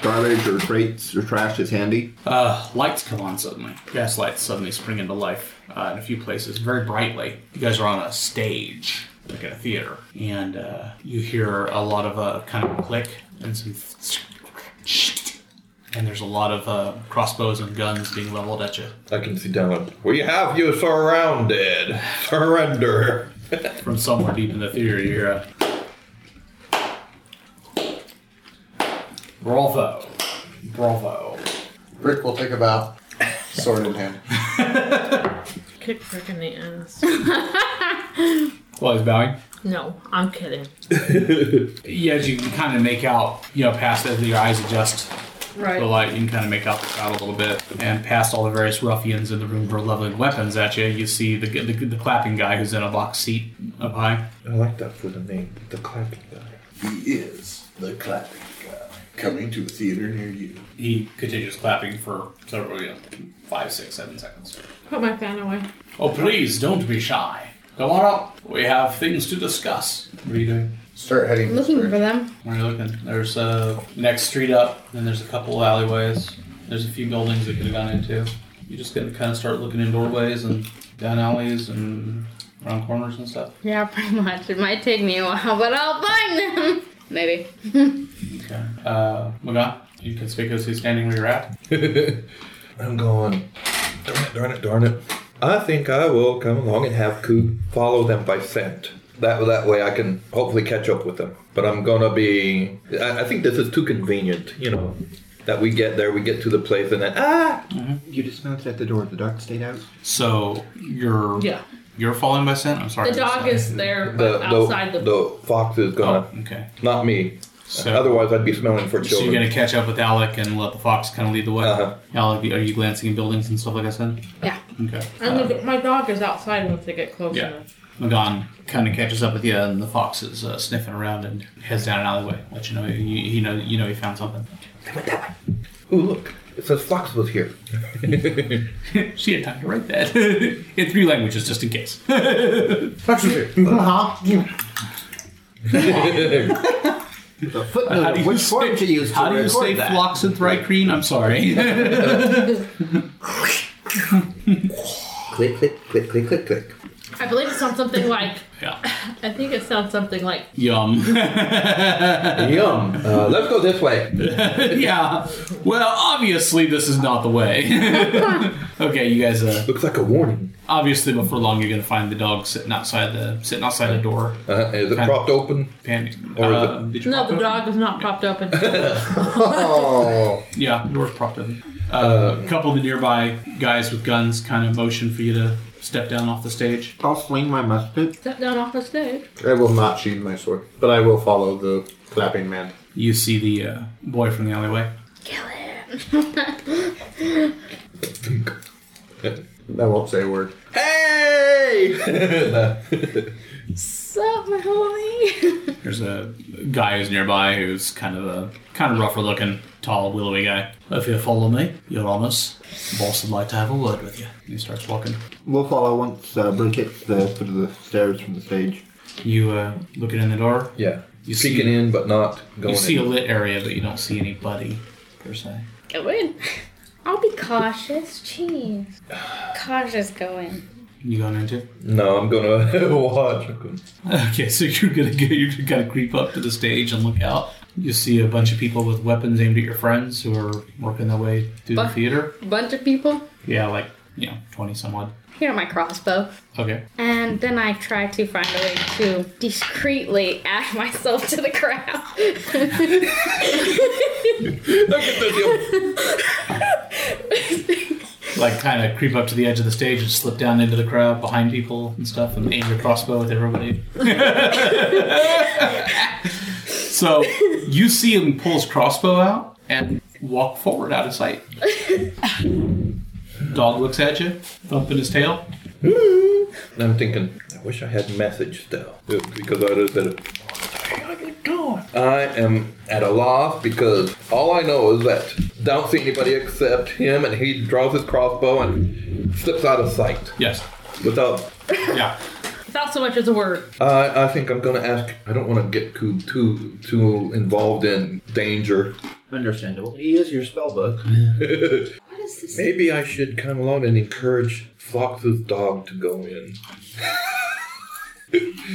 garbage or crates or trash is handy.
Uh, lights come on suddenly. Gas lights suddenly spring into life uh, in a few places, very brightly. You guys are on a stage, like at a theater, and uh, you hear a lot of uh, kind of click and some. And there's a lot of uh, crossbows and guns being leveled at you
I can see Dallin. We have you surrounded. Surrender.
from somewhere deep in the theater. You hear a bravo, bravo.
Brick will take a bow, sword in hand.
Kick Rick in the ass.
Well, he's bowing.
No, I'm kidding.
Yeah, as you can kind of make out, you know, past as your eyes adjust
Right.
the light, you can kind of make out the crowd a little bit. And past all the various ruffians in the room who are leveling weapons at you, you see the, the, the clapping guy who's in a box seat up high.
I like that for the name, the clapping guy.
He is the clapping guy coming to a theater near you.
He continues clapping for several, you know, five, six, seven seconds.
Put my fan away.
Oh, please, don't be shy. Come on up. We have things to discuss. What are you doing?
Start heading.
Looking for them.
Where are you looking? There's uh, next street up, then there's a couple alleyways. There's a few buildings that could have gone into. You just gotta kind of start looking in doorways and down alleys and around corners and stuff.
Yeah, pretty much. It might take me a while, but I'll find them. Maybe.
Okay. Uh, Magan, you conspicuously standing where you're at.
I'm going. Darn it, darn it, darn it. I think I will come along and have Coop follow them by scent. That that way I can hopefully catch up with them. But I'm gonna be. I, I think this is too convenient, you know. That we get there, we get to the place, and then ah,
You dismounted at the door. The dog stayed out.
So you're
Yeah.
you're following by scent. I'm sorry.
The dog is there
the
but outside
the,
the.
the fox is gonna.
Oh, okay.
Not me.
So-
Otherwise, I'd be smelling for
So you're
children.
gonna catch up with Alec and let the fox kind of lead the way.
Uh-huh.
Alec, are you glancing at buildings and stuff like I said?
Yeah.
Okay.
I'm gonna get- my dog is outside once they get close
Yeah.
enough.
Magan kind of catches up with you, and the fox is uh, sniffing around and heads down an alleyway. Let you know you, you know you know he found something.
Ooh, look! It says fox was here.
she had time to write that in three languages, just in case.
Mm-hmm. The
How
footnote
do
of
you
which
say-
form to use to
How do you
record
say
that.
flocks and thrycreen? I'm sorry.
Click, click, click, click, click, click.
I believe it sounds something like.
Yeah.
I think it sounds something like.
Yum.
Yum. Uh, let's go this way.
yeah. Well, obviously this is not the way. okay, you guys. Uh,
Looks like a warning.
obviously, before long, you're gonna find the dog sitting outside the sitting outside the door,
Uh, is it propped open?
panic.
Or is
Uh, did you
No,
prop
the
it?
dog is not propped open.
Oh,
Yeah, door's propped open. Uh, a couple of the nearby guys with guns kind of motion for you to step down off the stage.
I'll swing my musket.
Step down off the stage.
I will not sheathe my sword, but I will follow the clapping man.
You see the uh, boy from the alleyway.
Kill him.
I won't say a word.
Hey!
Sup, my homie?
There's a guy who's nearby who's kind of a kind of rougher looking, tall, willowy guy. If you follow me, you're honest. Boss would like to have a word with you. He starts walking.
We'll follow once uh, Brick hits the foot of the stairs from the stage.
You uh, looking in the door.
yeah. You
see-
peeking in, but not going
You see a
in.
lit area, but you don't see anybody per se.
Go in. I'll be cautious. Jeez. Cautious going.
You going into?
no, I'm gonna watch.
Okay, so you're gonna go, you're gonna creep up to the stage and look out. You see a bunch of people with weapons aimed at your friends who are working their way through the
But-
theater.
Bunch of people.
Yeah, like you know, twenty some odd.
Here my crossbow.
Okay.
And then I try to find a way to discreetly add myself to the crowd.
Look at this.
like kind of creep up to the edge of the stage and slip down into the crowd behind people and stuff and aim your crossbow at everybody. so you see him pull his crossbow out and walk forward out of sight. Dog looks at you, thumping his tail.
And I'm thinking, I wish I had message still. Because I just did it. What are you doing? I am at a loss because all I know is that don't see anybody except him, and he draws his crossbow and slips out of sight
Yes.
without
Yeah.
Without so much as a word.
Uh, I think I'm gonna ask. I don't want to get too too too involved in danger.
Understandable. He is your spell book.
Maybe I should come along and encourage Flox's dog to go in.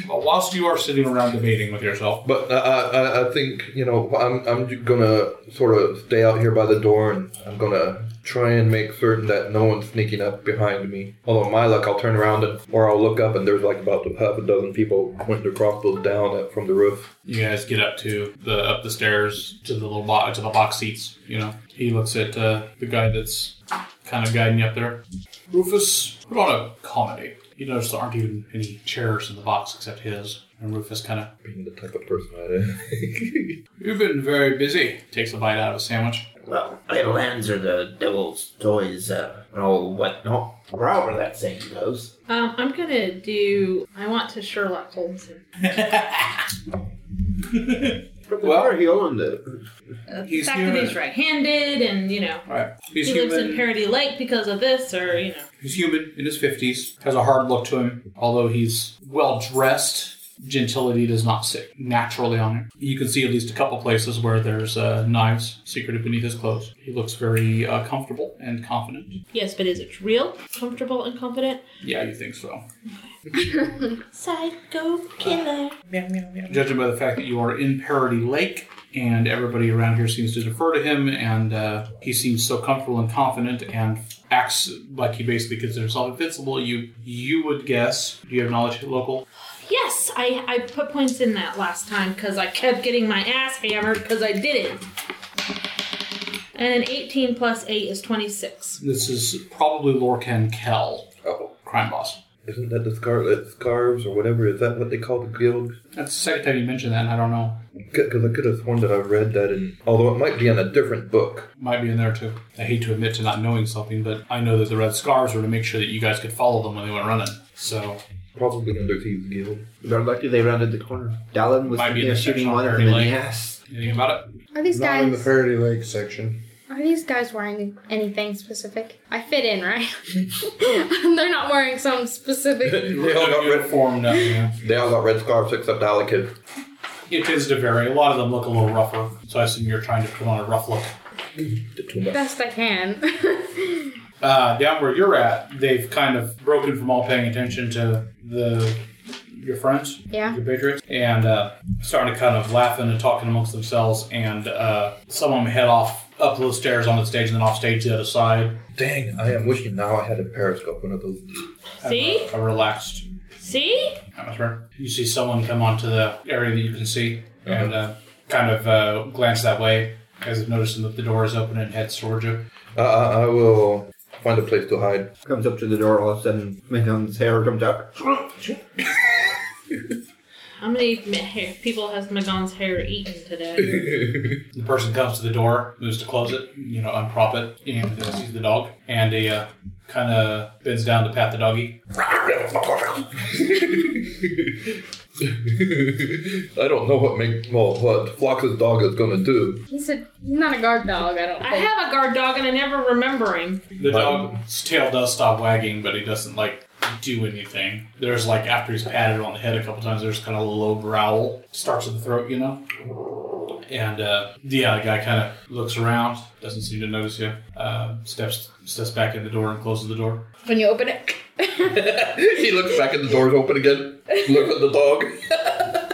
Well, whilst you are sitting around debating with yourself,
But I, I, I- I think you know I'm I'm ju- gonna sort of stay out here by the door, and I'm gonna try and make certain that no one's sneaking up behind me. Although my luck, I'll turn around and or I'll look up, and there's like about half a dozen people pointing their crossbows down at, from the roof.
you guys get up to the up the stairs to the little box to the box seats. You know, he looks at uh, the guy that's kind of guiding you up there. Rufus, put on a comedy. You notice there aren't even any chairs in the box except his. And Rufus kind of,
Being the type of person I am.
you've been very busy. Takes a bite out of a sandwich.
Well, idle hands are the devil's toys, uh, and all whatnot. Or however that saying goes.
Um, I'm gonna do. I want to Sherlock Holmes. him.
Well, are you on the?
Uh, the
He's
fact that he's
human.
right-handed, and you know
All right. He's
he lives in Parody Lake because of this, or you know.
He's human in his 50s, has a hard look to him, although he's well dressed. Gentility does not sit naturally on him. You can see at least a couple places where there's uh, knives secreted beneath his clothes. He looks very uh, comfortable and confident.
Yes, but is it real, comfortable, and confident?
Yeah, you think so.
Psycho killer.
Judging by the fact that you are in Parody Lake and everybody around here seems to defer to him, and uh, he seems so comfortable and confident and acts like he basically considers himself invincible, you you would guess. Do you have knowledge local?
Yes, I I put points in that last time because I kept getting my ass hammered because I did it. And an 18 plus 8 is 26.
This is probably Lorcan Kell.
oh.
crime boss.
Isn't that the scarlet scarves or whatever? Is that what they call the guild?
That's the second time you mentioned that, and I don't know.
Because I could have sworn that I read that in, although it might be in a different book.
Might be in there too. I hate to admit to not knowing something, but I know that the red scarves were to make sure that you guys could follow them when they went running. So
Probably under Thieves Guild.
They're lucky they rounded the corner. Dallin was
Might be
sitting there shooting
intersectional
one of them
party
in the
lane.
ass.
anything about it?
Are these
Not in the
guys
Faraday Lake section.
are these guys wearing anything specific? I fit in, right? They're not wearing some specific
They all got red.
uniform no, yeah.
They all got red scarves except Alakid.
It tends to vary. A lot of them look a little rougher, so I assume you're trying to put on a rough look.
The two months.
best I can.
uh, down where you're at, they've kind of broken from all paying attention to the your friends,
Yeah.
your patriots, and uh, starting to kind of laughing and talking amongst themselves. And uh, some of them head off up those stairs on the stage and then off stage to the other side.
Dang, I am wishing now I had a periscope, one of those.
See?
A relaxed
See?
atmosphere. You see someone come onto the area that you can see and uh, kind of uh, glance that way as if noticing that the door is open and heads towards you.
I, I, I will find a place to hide.
Comes up to the door all of a sudden. Maitland's hair comes out.
How many ma- hair- people has McDonald's hair eaten today?
The person comes to the door, moves to close it, you know, unprop it, and uh, sees the dog. And he uh, kind of bends down to pat the doggy.
I don't know what make well, what Flox's dog is gonna do.
He's a he's not a guard dog. I don't.
I
think.
have a guard dog and I never remember him.
The dog's tail does stop wagging, but he doesn't, like, do anything. There's, like, after he's patted on the head a couple times, there's kind of a low growl. Starts at the throat, you know? And, uh, yeah, the guy kind of looks around, doesn't seem to notice you, uh, steps, steps back in the door and closes the door.
When you open it,
he looks back and the door's open again. Look at the dog.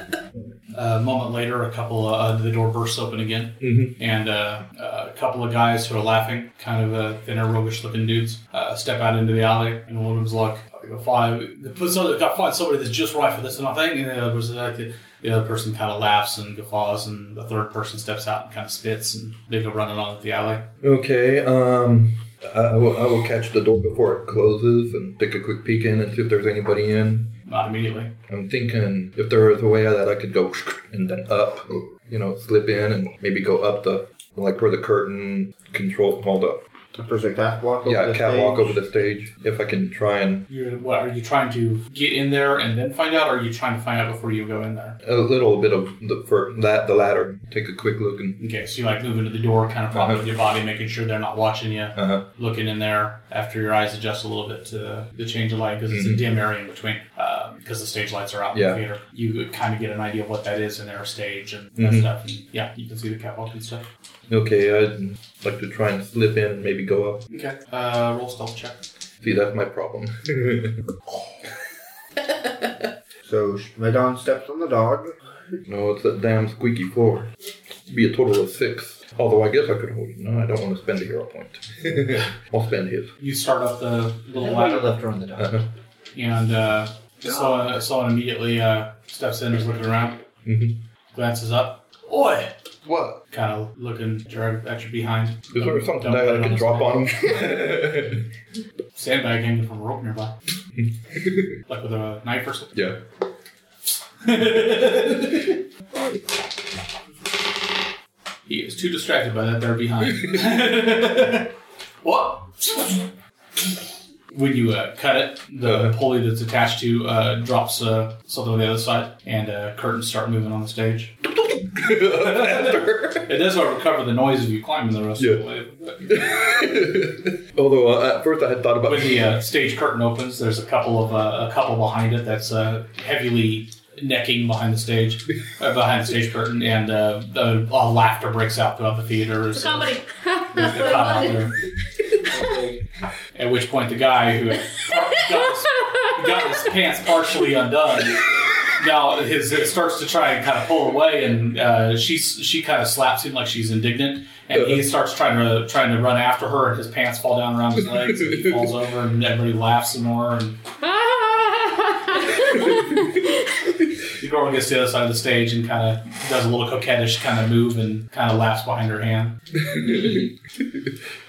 A moment later, a couple uh, the door bursts open again, and uh, a couple of guys who are laughing, kind of uh, thinner, roguish-looking dudes, uh, step out into the alley, and one of them's like, "I got five, I got find somebody that's just right for this," and I think, and the other person's like, the other person kind of laughs and guffaws, and the third person steps out and kind of spits, and they go running on at the alley.
Okay, um, I, I will, I will catch the door before it closes and take a quick peek in and see if there's anybody in.
Not immediately.
I'm thinking if there was a way that I could go and then up, you know, slip in and maybe go up the like where the curtain control all the
There's a catwalk over
yeah
the
catwalk
stage.
over the stage. If I can try and
You're, what are you trying to get in there and then find out, or are you trying to find out before you go in there?
a little bit of the for that the ladder, take a quick look and
Okay, so you like moving to the door, kind of propping with your body, making sure they're not watching you.
uh
looking in there after your eyes adjust a little bit to the change of light because it's a dim area in between because the stage lights are out
Mm-hmm.
in
Yeah.
the theater. You kind of get an idea of what that is in their stage and that
Mhm.
stuff. And yeah, you can see the catwalk and stuff.
okay, I'd like to try and slip in and maybe go up.
Okay, uh, roll stealth check.
See, that's my problem.
So Maitland steps on the dog.
No, it's that damn squeaky floor. It'd be a total of six. Although I guess I could hold. No, I don't want to spend a hero point. I'll spend his.
You start up the little
Why you
ladder
left her on the dog?
and uh, someone, someone immediately uh, steps in, is looking around,
Mhm.
glances up. Oi!
What?
Kind of looking direct at you behind.
Is there
Don't-
something
don't put
that
it
I can
the
drop
stand.
on him?
Sandbag hanging from a rope nearby. like with a knife or something.
yeah.
he is too distracted by that they're behind. what? When you uh, cut it, the
Uh-huh.
pulley that's attached to uh, drops uh, something on the other side, and uh, curtains start moving on the stage.
Faster.
It does recover the noise of you climbing the rest of the
Yeah.
way. but-
Although uh, at first I had thought about
When the uh, stage curtain opens, there's a couple of uh, a couple behind it that's uh, heavily necking behind the stage, uh, behind the stage curtain, and uh, the, uh, laughter breaks out throughout the theater. as-
Somebody.
as they come out there. At which point, the guy who had got his, who got his pants partially undone now his it starts to try and kind of pull away, and uh, she she kind of slaps him like she's indignant, and he starts trying to trying to run after her, and his pants fall down around his legs, and he falls over, and everybody laughs some more, and the girl gets to the other side of the stage and kind of does a little coquettish kind of move and kind of laughs behind her hand.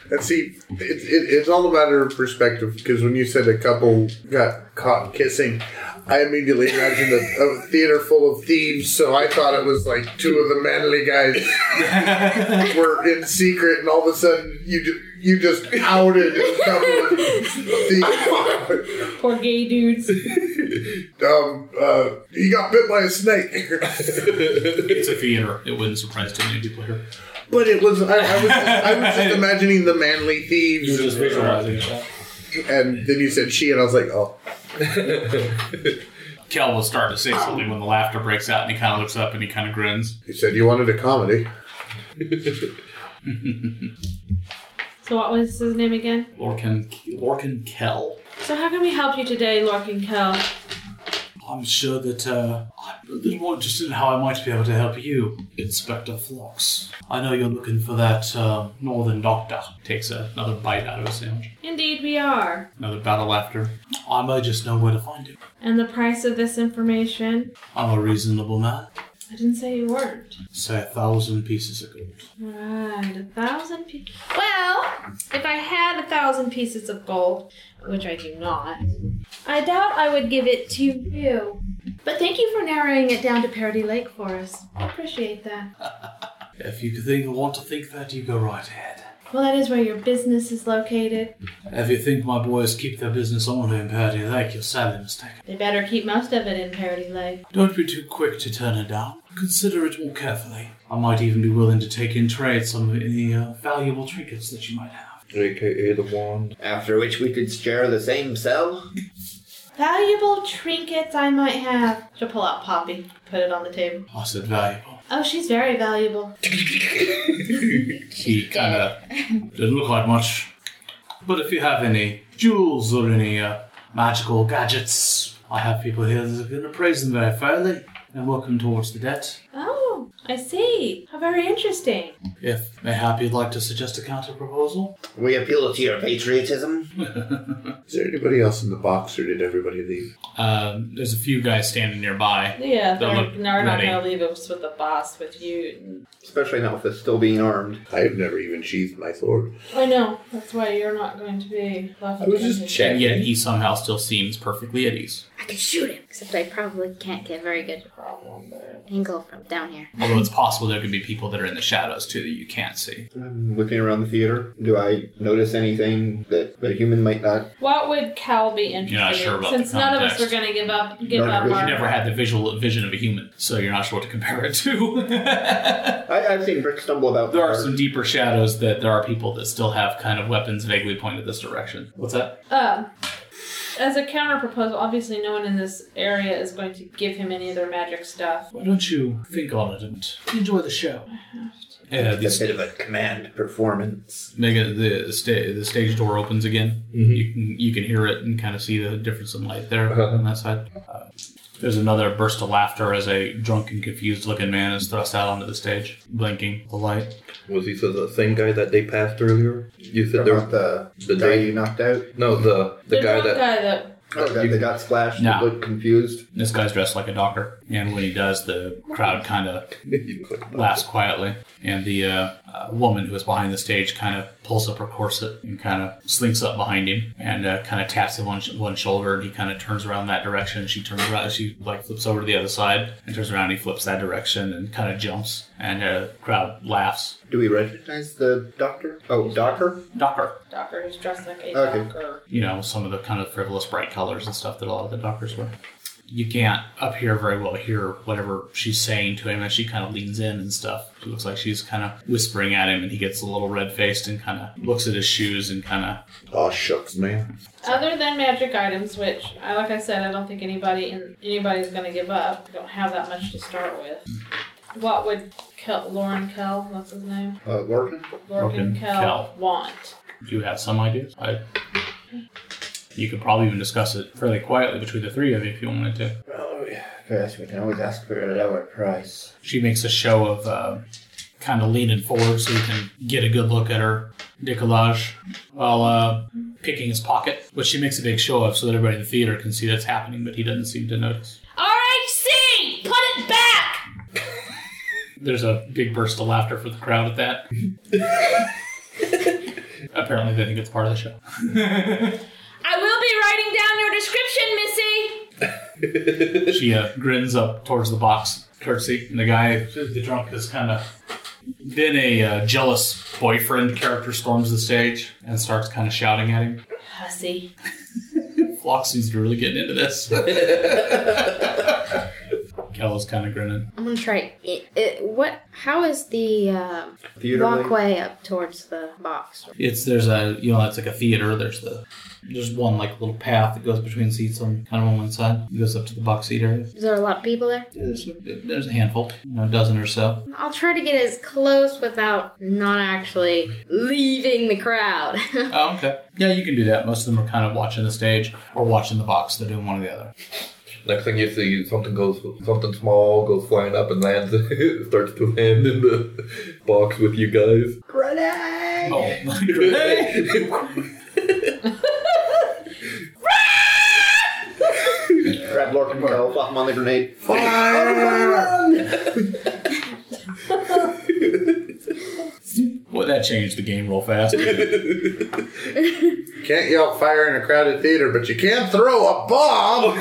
And see, it, it, it's all about her perspective because when you said a couple got caught kissing, I immediately imagined a, a theater full of thieves, so I thought it was like two of the manly guys were in secret, and all of a sudden you ju- you just outed a couple of thieves.
Poor gay dudes.
Um, uh, he got bit by a snake.
It's a theater; it wouldn't surprise too many people here.
but it was I, I was I was just imagining the manly thieves,
You're just visualizing it.
and then you said she, and I was like, oh.
Kel was starting to say something when the laughter breaks out, and he kind of looks up and he kind of grins.
You said you wanted a comedy.
So what was his name again?
Lorcan, Lorcan Kell.
So how can we help you today, Larkin Kell?
I'm sure that uh, I'm a little more interested in how I might be able to help you, Inspector Flox. I know you're looking for that uh, Northern Doctor. Takes another bite out of a sandwich.
Indeed we are.
Another battle after. I may just know where to find him.
And the price of this information?
I'm a reasonable man.
I didn't say you weren't.
Say a thousand pieces of gold.
Right, a thousand pieces. Well, if I had a thousand pieces of gold, which I do not, I doubt I would give it to you. But thank you for narrowing it down to Parody Lake for us. I appreciate that.
If you think, want to think that, you go right ahead.
Well, that is where your business is located.
If you think my boys keep their business only in Purdy Lake, you're sadly mistaken.
They better keep most of it in Parody Lake.
Don't be too quick to turn it down. Consider it more carefully. I might even be willing to take in trade some of the uh, valuable trinkets that you might have.
AKA the wand.
After which we could share the same cell.
Valuable trinkets I might have. She'll pull out Poppy, put it on the table.
I said valuable.
Oh, she's very valuable.
He kind of doesn't look like much. But if you have any jewels or any uh, magical gadgets, I have people here that can appraise them very fairly and work them towards the debt.
Oh, I see. How very interesting.
If mayhap you'd like to suggest a counter proposal,
We appeal to your patriotism.
Is there anybody else in the box, or did everybody leave?
um, there's a few guys standing nearby.
Yeah,
They'll
they're,
look
they're not
ready.
going to leave us with the boss with you.
Especially now with us still being armed.
I have never even sheathed my sword.
I know. That's why you're not going to be left.
I was just
handed.
And yet
checking.
he somehow still seems perfectly at ease.
I can shoot him. Except I probably can't get very good angle from down here.
Although it's possible there could be people that are in the shadows too that you can't see.
I'm looking Um, around the theater. Do I notice anything that a human might not?
What would Cal be interested
You're not sure
in?
about the
Since none of us were
context.
going to give up, give
Not
up
really.
You
our.
never had the visual vision of a human, so you're not sure what to compare it to.
I, I've seen Brick stumble about.
there are some deeper shadows that there are people that still have kind of weapons vaguely pointed this direction. What's that?
Um, as a counter proposal, obviously no one in this area is going to give him any of their magic stuff.
Why don't you think on it and enjoy the show? Uh, the,
It's a
sta-
bit of a command performance.
mega, the, sta- the stage door opens again. You, can, you can hear it and kind of see the difference in light there on that side. Uh, there's another burst of laughter as a drunken, confused looking man is thrust out onto the stage, blinking with the light.
Was he so the same guy that they passed earlier? You said there
About the,
the
guy
day-
you knocked out.
no the the guy
drunk
that
guy that.
Oh, that they got splashed.
Nah.
Looked confused.
This guy's dressed like a doctor, and when he does, the crowd kind of laughs quietly, and the uh, uh, woman who is behind the stage kind of pulls up her corset and kind of slinks up behind him and uh, kind of taps him on sh- one shoulder, and he kind of turns around that direction. She turns around, she like flips over to the other side and turns around. He flips that direction and kind of jumps, and uh, crowd laughs.
Do we recognize the doctor? Oh, doctor.
Docker,
Doctor who's dressed like a
Okay.
doctor.
you know, some of the kind of frivolous bright colors and stuff that a lot of the doctors wear. You can't up here very well hear whatever she's saying to him, and she kind of leans in and stuff. She looks like she's kind of whispering at him, and he gets a little red faced and kind of looks at his shoes and kind of
Oh shucks, man.
Other than magic items, which, I like I said, I don't think anybody in, anybody's going to give up. We don't have that much to start with. What would Kel, Lauren Kell, what's his name?
Uh, Lorcan.
Lorcan
Lorcan
Kell,
Kell.
want?
do you have some ideas. I, you could probably even discuss it fairly quietly between the three of you if you wanted to.
Oh, yeah. Yes, we can always ask for a lower price.
She makes a show of uh, kind of leaning forward so you can get a good look at her decollage while uh, picking his pocket, which she makes a big show of so that everybody in the theater can see that's happening, but he doesn't seem to notice.
RHC! Put it back!
There's a big burst of laughter from the crowd at that. Apparently, they think it's part of the show.
I will be writing down your description, Missy!
She uh, grins up towards the box, curtsy, and the guy, the drunk, is kind of been a uh, jealous boyfriend character storms the stage and starts kind of shouting at him.
Hussy.
Floxy's really getting into this. Kel is kind of grinning.
I'm gonna try. It, it, what? How is the uh,
Theater
walkway up towards the box?
It's there's a you know that's like a theater. There's the
There's one like little path that goes between seats on kind of on one side. It goes up to the box seat area.
Is there a lot of people there?
There's, there's a handful, you know, a dozen or so.
I'll try to get as close without not actually leaving the crowd.
oh okay yeah you can do that. Most of them are kind of watching the stage or watching the box. They're doing one or the other.
Next thing you see, something goes, something small goes flying up and lands, starts to land in the box with you guys.
Grenade!
Oh my god.
Grab Lork and Kel, flop him on the grenade.
Boy, that changed the game real fast.
Can't yell fire in a crowded theater, but you can throw a bomb.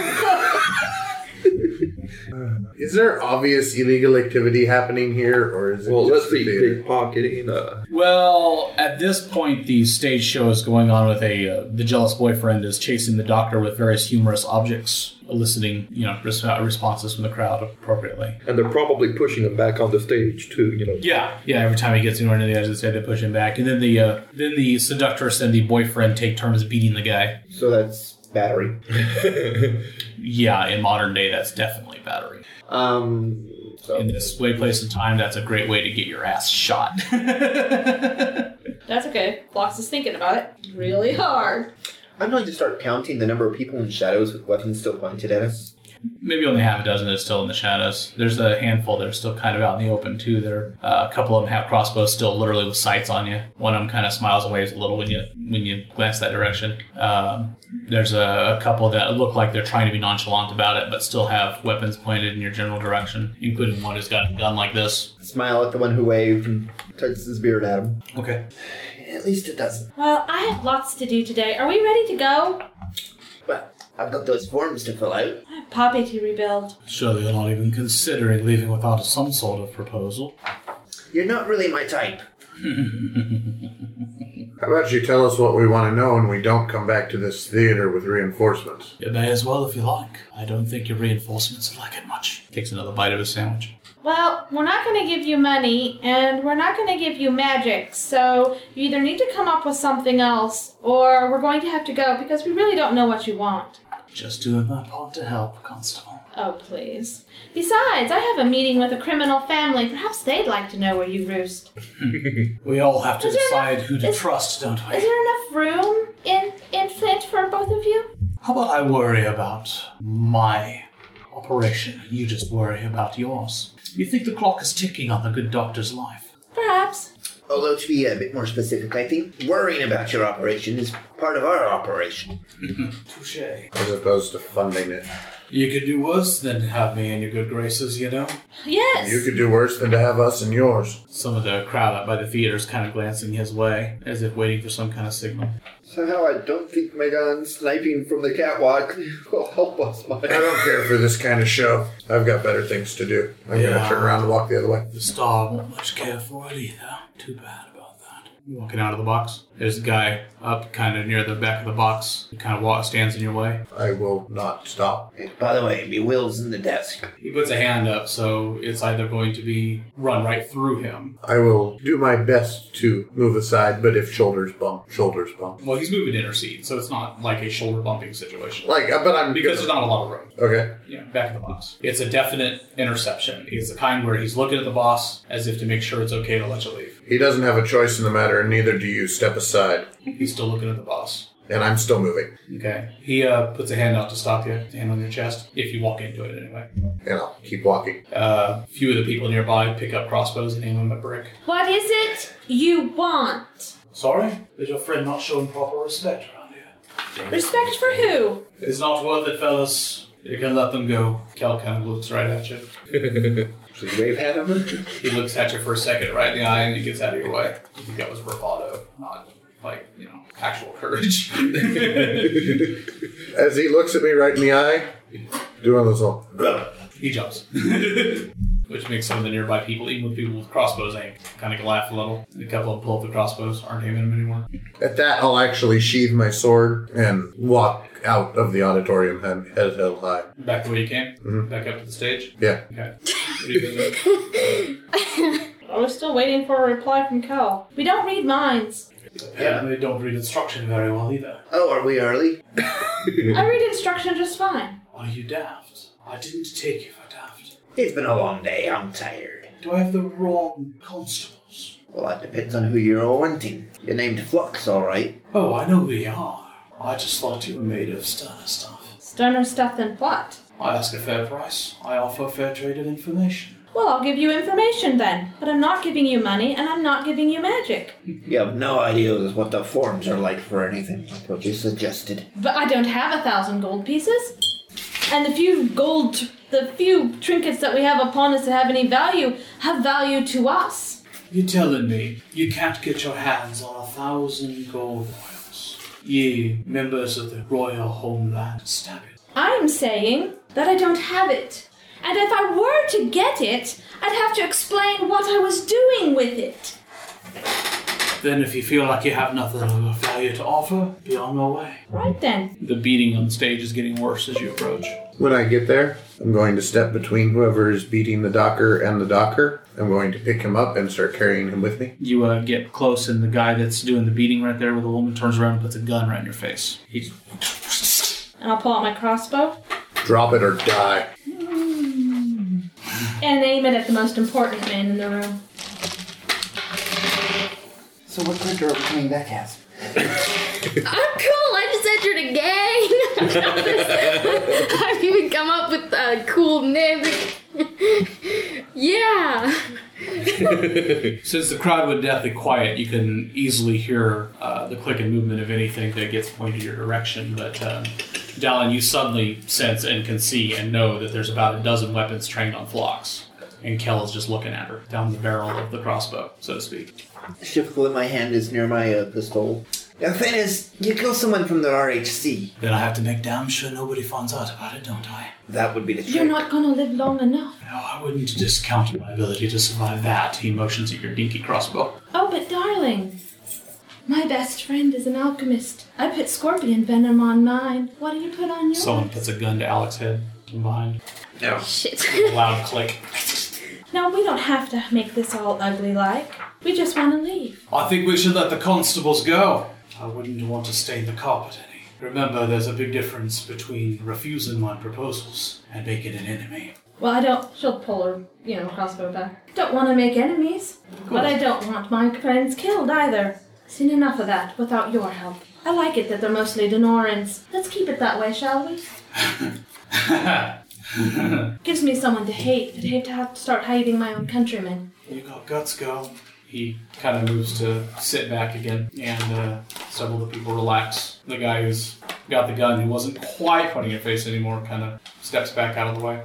is there obvious illegal activity happening here, or is it
Well, let's
just
see,
the theater?
pickpocketing. Uh,
Well, at this point, the stage show is going on with a uh, the jealous boyfriend is chasing the doctor with various humorous objects, eliciting you know res- uh, responses from the crowd appropriately.
and they're probably pushing him back on the stage too. You know,
Yeah, yeah. Every time he gets anywhere near the edge of the stage, they push him back, and then the uh, then the seductress and the boyfriend take turns beating the guy.
So that's battery.
Yeah, in modern day, that's definitely battery.
Um,
In this way, place, and time, that's a great way to get your ass shot.
That's okay. Flox is thinking about it really hard.
I'm going to start counting the number of people in shadows with weapons still pointed at us.
maybe only half a dozen is still in the shadows. There's a handful that are still kind of out in the open too. There, uh, a couple of them have crossbows still, literally with sights on you. One of them kind of smiles and waves a little when you when you glance that direction. Um, there's a, a couple that look like they're trying to be nonchalant about it, but still have weapons pointed in your general direction, including one who's got a gun like this.
Smile at the one who waved and touches his beard at him.
Okay.
At least it doesn't.
Well, I have lots to do today. Are we ready to go?
Well, I've got those forms to fill out.
I have Poppy to rebuild.
Surely you're not even considering leaving without some sort of proposal.
You're not really my type.
How about you tell us what we want to know, and we don't come back to this theater with reinforcements?
You may as well if you like. I don't think your reinforcements will like it much. Takes another bite of his sandwich.
Well, we're not going to give you money, and we're not going to give you magic, so you either need to come up with something else, or we're going to have to go because we really don't know what you want.
Just doing my part to help, Constable.
Oh, please. Besides, I have a meeting with a criminal family. Perhaps they'd like to know where you roost.
We all have to
Is there
decide who to
is-
trust, don't
Is
we?
there enough room in, in Flint for both of you?
How about I worry about my operation? You just worry about yours. You think the clock is ticking on the good doctor's life?
Perhaps.
Although, to be a bit more specific, I think worrying about your operation is part of our operation.
Touche.
As opposed to funding it.
You could do worse than have me in your good graces, you know.
Yes.
You could do worse than to have us and yours.
Some of the crowd out by the theater is kind of glancing his way, as if waiting for some kind of signal.
Somehow I don't think my gun sniping from the catwalk will help us much.
I don't care for this kind of show. I've got better things to do. I'm
Yeah.
gonna turn around and walk the other way.
The star won't much care for it either. Too bad about that. Walking out of the box, there's a guy up kind of near the back of the box who kind of walks, stands in your way.
I will not stop.
By the way, me will's in the desk.
He puts a hand up, so it's either going to be run right through him.
I will do my best to move aside, but if shoulders bump, shoulders bump.
Well, he's moving to intercede, so it's not like a shoulder bumping situation.
Like, uh, but I'm
Because there's not a lot of room.
okay.
Yeah, back of the box. It's a definite interception. It's the kind where he's looking at the boss as if to make sure it's okay to let you leave.
He doesn't have a choice in the matter, and neither do you. Step aside,
He's still looking at the boss.
and I'm still moving,
Okay. He uh, puts a hand out to stop you, hand on your chest, if you walk into it anyway.
and I'll keep walking.
Uh, a few of the people nearby pick up crossbows and aim them at Brick.
What is it you want?
Sorry? Is your friend not showing proper respect around here?
Respect for who?
It's not worth it, fellas. You can let them go. Cal kind of looks right at you.
Should we wave at him?
He looks at you for a second, right in the eye, and he gets out of your way. I think that was bravado, not like, you know, actual courage.
As he looks at me right in the eye, doing this all.
he jumps. Which makes some of the nearby people, even with people with crossbows, aim. Kind of laugh a little. A couple of them pull up the crossbows, aren't aiming them anymore.
At that, I'll actually sheathe my sword and walk out of the auditorium and head held high.
Back the way you came? Back up to the stage?
Yeah.
Okay. What are you doing there?
I was still waiting for a reply from Cal.
We don't read minds.
Apparently don't read instruction very well either.
Oh, are we early?
I read instruction just fine.
Are you daft? I didn't take you for daft.
It's been a long day. I'm tired.
Do I have the wrong constables?
Well, that depends on who you're wanting. You're named Flux, all right.
Oh, I know who you are. I just thought you were made of sterner stuff.
Stunner stuff than plot.
I ask a fair price. I offer fair trade of information.
Well, I'll give you information then, but I'm not giving you money and I'm not giving you magic.
You have no idea what the forms are like for anything like what you suggested.
But I don't have a thousand gold pieces. And the few gold, the few trinkets that we have upon us that have any value, have value to us.
You're telling me you can't get your hands on a thousand gold oils? Ye members of the royal homeland, stab it.
I'm saying that I don't have it. And if I were to get it, I'd have to explain what I was doing with it.
Then, if you feel like you have nothing of value to offer, be on your way.
Right then.
The beating on stage is getting worse as you approach.
When I get there, I'm going to step between whoever is beating the docker and the docker. I'm going to pick him up and start carrying him with me.
You uh, get close, and the guy that's doing the beating right there with the woman turns around and puts a gun right in your face. He's
And I'll pull out my crossbow
Drop it or die.
and aim it at the most important man in the room.
So what creature are we coming back as?
I'm cool. I just entered a gang. I've even come up with uh, cool names. yeah.
Since the crowd was deathly quiet, you can easily hear uh, the click and movement of anything that gets pointed your direction. But um, Dallin, you suddenly sense and can see and know that there's about a dozen weapons trained on flocks. And Kel is just looking at her down the barrel of the crossbow, so to speak.
Shiftful in my hand is near my uh, pistol. The thing is, you kill someone from the RHC.
Then I have to make damn sure nobody finds out about it, don't I?
That would be the trick.
You're not gonna live long enough.
No, I wouldn't discount my ability to survive that. He motions at your dinky crossbow.
Oh, but darling, my best friend is an alchemist. I put scorpion venom on mine. What do you put on yours?
Someone puts a gun to Alex's head from behind.
Shit.
Loud click.
Now we don't have to make this all ugly like. We just want to leave.
I think we should let the constables go. I wouldn't want to stain the carpet any. Remember, there's a big difference between refusing my proposals and making an enemy.
Well, I don't. She'll pull her, you know, crossbow back. Don't want to make enemies, but I don't want my friends killed either. Seen enough of that without your help. I like it that they're mostly Denorans. Let's keep it that way, shall we? Gives me someone to hate, but I hate to have to start hating my own countrymen.
You got guts, girl. He kind of moves to sit back again, and uh, several of the people relax. The guy who's got the gun, who wasn't quite pointing at your face anymore, kind of steps back out of the way.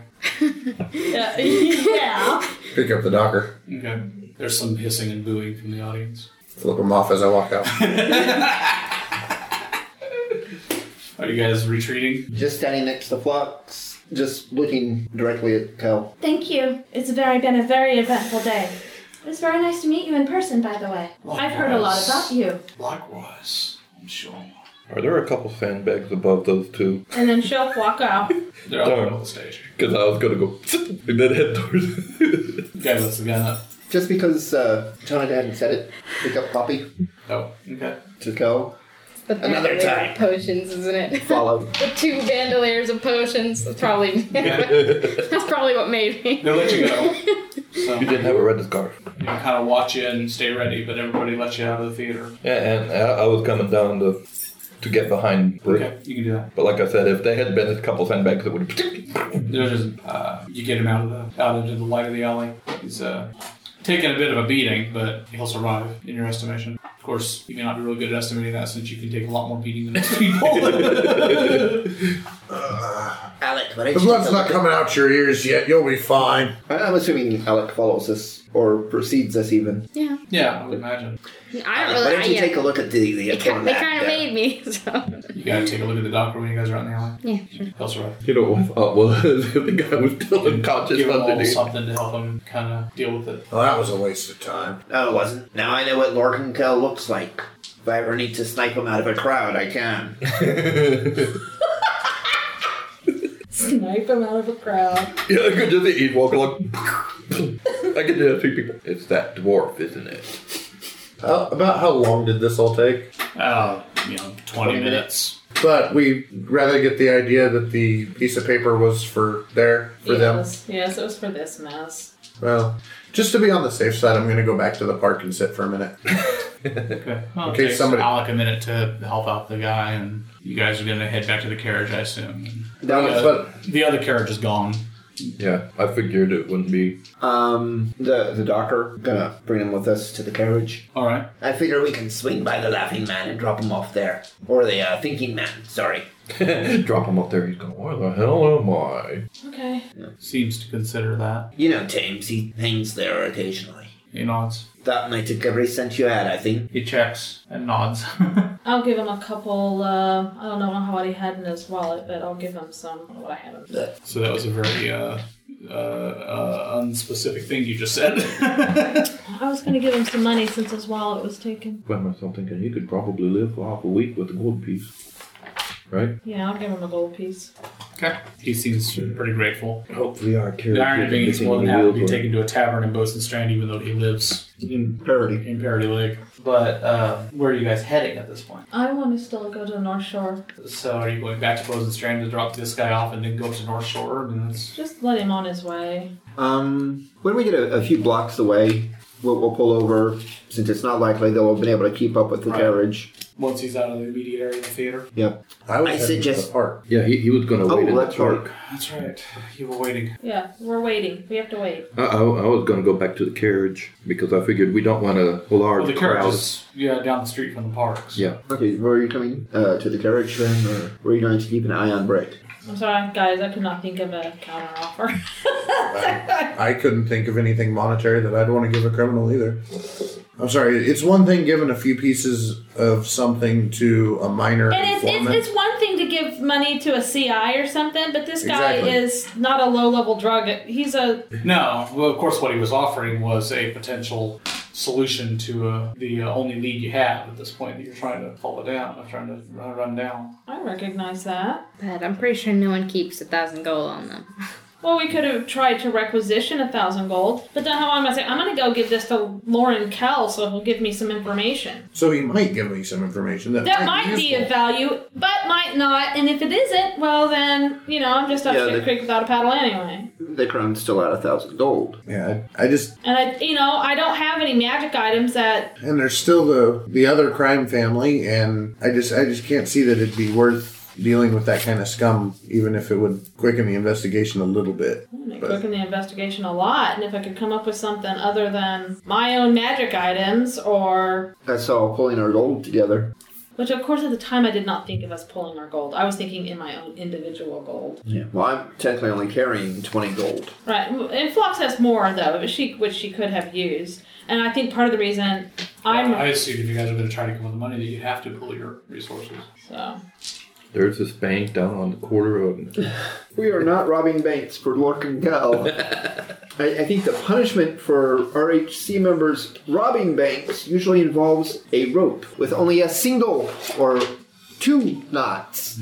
Yeah. yeah.
Pick up the docker.
Okay. There's some hissing and booing from the audience.
Flip him off as I walk out.
Are you guys retreating?
Just standing next to Flux, just looking directly at Kel.
Thank you. It's very been a very eventful day. It was very nice to meet you in person, by the way. I've heard a lot about you.
Likewise, I'm sure.
Are there a couple sandbags above those two?
And then she'll walk out.
They're all over the stage.
Because I was gonna go and then head towards.
The guy lifts the gun up.
Just because uh, Jonathan hadn't said it, pick up Poppy
Oh, okay.
to Kel.
The
Another
bandolier
time.
Of potions, isn't it?
Follow.
the two bandoliers of potions. That's probably that's probably what made me.
They let you go. So
you
you
didn't have a red scarf.
kind of watch you and stay ready, but everybody lets you out of the theater.
Yeah, and I, I was coming down to to get behind Brick.
Okay, you can do that.
But like I said, if they had been a couple sandbags, it would
There's just, uh, you get him out of the out into the light of the alley. He's uh, taking a bit of a beating, but he'll survive in your estimation. Of course, you may not be really good at estimating that since you can take a lot more beating than most people.
Alec, what did
The blood's not coming out your ears yet. You'll be fine.
I'm assuming Alec follows us or precedes us even.
Yeah.
yeah, I would imagine.
I don't
Alec, why
really.
don't
uh,
you
I,
take a look at the, the
They kind
account
they
map
kind of
there?
made me. So
You gotta take a look at the doctor when you guys are out in the alley.
yeah, sure.
He'll survive.
You know what I thought was if the guy was still unconscious
Give him a little
underneath.
something to help him kind of deal with it.
Well, that was a waste of time.
No, it wasn't. Now I know what Lorcan Kel looks like. If I ever need to snipe him out of a crowd, I can.
Snipe him out of a crowd.
Yeah, I could just eat walk along. I could do that three people. It's that dwarf, isn't it?
Uh, about how long did this all take?
Oh, you know, 20, minutes.
But we rather get the idea that the piece of paper was for there for them.
yes, yes, it was for this mess.
Well, just to be on the safe side, I'm going to go back to the park and sit for a minute.
Okay. Well,
In
it
case
takes
somebody-
Alec a minute to help out the guy, and you guys are going to head back to the carriage, I assume.
That was
Uh,
fun.
the other carriage is gone.
Yeah, I figured it wouldn't be.
Um, the the doctor gonna bring him with us to the carriage.
All right.
I figure we can swing by the Laughing Man and drop him off there. Or the uh, Thinking Man, sorry.
Drop him up there. He's going, where the hell am I?
Okay.
Seems to consider that.
You know Thames, he hangs there occasionally.
He nods.
That might take every cent you had, I think.
He checks and nods.
I'll give him a couple. Uh, I don't know how what he had in his wallet, but I'll give him some of what I have. in-
so that was a very uh, uh, uh, unspecific thing you just said.
I was gonna give him some money since his wallet was taken.
Find myself thinking you could probably live for half a week with a gold piece. Right?
Yeah, I'll give him a gold piece.
okay. He seems pretty grateful.
Hopefully our carriage
The irony
isn't
being he's
missing
more than
any
happy to be
wheels or-
taken to a tavern in Bosun Strand, even though he lives in
Parody.
in Parody Lake. But uh, where are you guys heading at this point?
I want to still go to North Shore.
So are you going back to Bosun Strand to drop this guy off and then go to North Shore? And that's...
Just let him on his way.
Um, when we get a, a few blocks away, we'll, we'll pull over since it's not likely they'll have been able to keep up with the
Right.
carriage.
Once he's out of the immediate area of the theater.
Yep.
I was
I
heading to
suggest-
the park.
Yeah, he, he was going to
Oh,
wait in the
that's right.
park.
That's right. You were waiting.
Yeah, we're waiting. We have to wait.
I, I, I was going to go back to the carriage because I figured we don't want a large
Well, the
crowd.
carriage is yeah down the street from the parks.
Yeah.
Okay, where are you coming uh, to the carriage then, or where are you going to keep an eye on Brick?
I'm sorry, guys. I could not think of a counter offer.
I couldn't think of anything monetary that I'd want to give a criminal either. I'm sorry. It's one thing giving a few pieces of something to a minor
And it's,
informant.
it's, it's one thing to give money to a CI or something, but this guy
Exactly.
is not a low level drug. He's a
No. Well, of course, what he was offering was a potential solution to uh, the uh, only lead you have at this point that you're trying to follow down, or trying to uh, run down.
I recognize that.
But I'm pretty sure no one keeps a thousand gold on them.
Well, we could have tried to requisition a thousand gold, but then how am I saying I'm gonna go give this to Lauren Kell so he'll give me some information
so he might give me some information that,
that might be
useful.
of value, but might not. And if it isn't, well then you know I'm just up
Yeah,
shit
the-
creek without a paddle anyway.
The crown's still at a thousand gold.
Yeah, I, I just
And I you know I don't have any magic items that
and there's still the the other crime family, and I just I just can't see that it'd be worth dealing with that kind of scum, even if it would quicken the investigation a little bit.
And It quickened the investigation a lot, and if I could come up with something other than my own magic items, or.
That's all pulling our gold together.
Which, of course, at the time I did not think of us pulling our gold. I was thinking in my own individual gold.
Yeah. Well, I'm technically only carrying twenty gold.
Right, and Flux has more, though, but she, which she could have used. And I think part of the reason I'm.
Uh, I assume if you guys are going to try to come up with the money, that you have to pull your resources.
so.
There's this bank down on the corner of.
We are not robbing banks for Lork and Gal. I, I think the punishment for RHC members robbing banks usually involves a rope with only a single or two knots.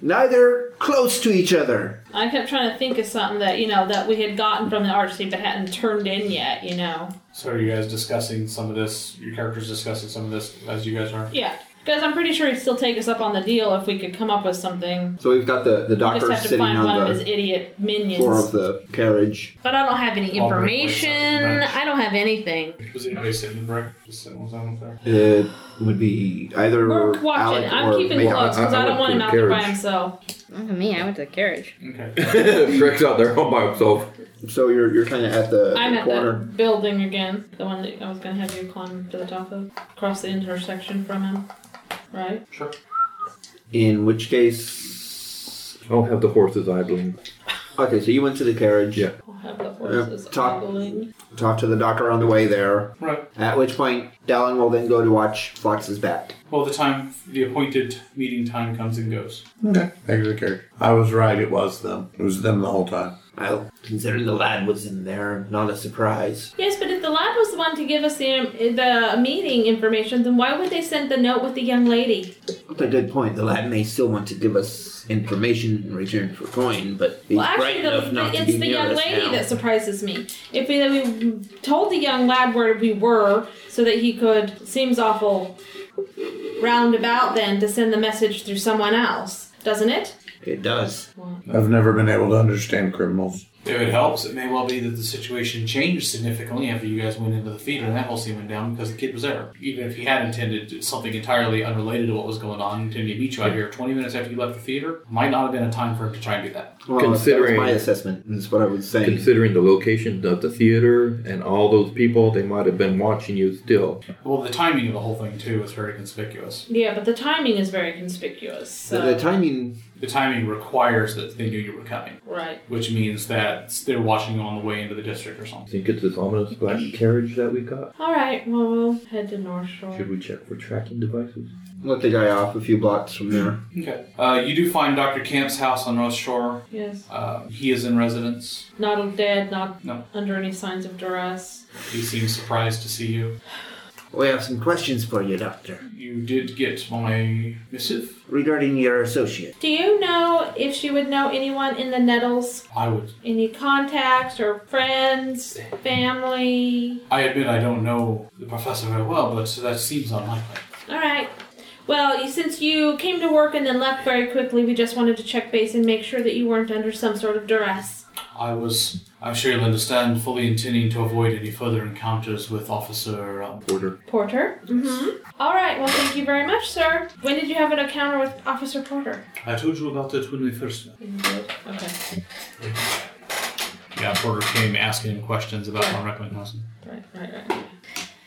Neither close to each other.
I kept trying to think of something that, you know, that we had gotten from the RC but hadn't turned in yet, you know?
So are you guys discussing some of this? Your characters discussing some of this as you guys are.
Yeah. Because I'm pretty sure he'd still take us up on the deal if we could come up with something.
So we've got the, the
We
doctor
just have to
sitting
find one
on
of his
the
idiot minions.
floor of the carriage.
But I don't have any
Well, Rick
information.
Wayne sounds nice.
I don't have anything.
Was anybody sitting in the break? Just sitting with someone up there.
It would be either
We're watching.
Alec
I'm
or
keeping
me.
close because
I-
I,
I
don't
went
want
to
him
the
out there by
carriage.
himself.
Look at me, I went to the carriage.
Okay.
Shrek's out there all by himself.
So you're, you're kind of at the
I'm at
corner.
that building again. The one that I was going to have you climb to the top of. Across the intersection from him. Right?
Sure.
In which case.
I don't have the horses idling.
Okay, so you went to the carriage.
Yeah.
I'll have the horses
top.
idling.
Talk to the doctor on the way there.
Right.
At which point, Dallin will then go to watch Flox's back.
Well, the time, the appointed meeting time comes and goes.
Okay, thank you, Kirk. I was right. It was them. It was them the whole time.
I'll consider the lad was in there, not a surprise.
Yes, but if the lad was um, the one to give us the, the meeting information, then why would they send the note with the young lady?
At a good point, the lad may still want to give us information in return for coin, but he's
Well,
bright
actually,
enough
the,
not to
it's
be
the
near
young
us
lady
now.
that surprises me. If we, we told the young lad where we were, so that he could, seems awful roundabout then to send the message through someone else, doesn't it?
It does.
I've never been able to understand criminals.
If it helps, it may well be that the situation changed significantly after you guys went into the theater and that whole scene went down because the kid was there. Even if he had intended something entirely unrelated to what was going on, intended to meet you out here 20 minutes after you left the theater, might not have been a time for him to try and do that.
Well,
Considering-
that was my assessment. That's what I was saying.
Considering the location of the theater and all those people, they might have been watching you still.
Well, the timing of the whole thing, too, was very conspicuous.
Yeah, but the timing is very conspicuous.
So
So.
the timing.
The timing requires that they knew you were coming,
right.
which means that they're watching you on the way into the district or something.
Think it's this ominous black carriage that we got?
All right. Well, we'll head to North Shore.
Should we check for tracking devices?
Let the guy off a few blocks from there.
Okay. Uh, you do find Dr. Camp's house on North Shore.
Yes.
Uh, he is in residence.
Not dead. Not
No.
under any signs of duress.
He seems surprised to see you.
We have some questions for you, Doctor,
You did get my missive.
regarding your associate.
Do you know if she would know anyone in the Nettles?
I would.
Any contacts or friends, family?
I admit I don't know the professor very well, but that seems unlikely.
All right. Well, you- since you came to work and then left very quickly, we just wanted to check base and make sure that you weren't under some sort of duress.
I was. I'm sure you'll understand. Fully intending to avoid any further encounters with Officer um, Porter.
Porter? Mm-hmm. All right. Well, thank you very much, sir. When did you have an encounter with Officer Porter?
I told you about it when we first met.
Okay.
Yeah, Porter came asking him questions about Von Recklinghausen.
Right. Right. Right.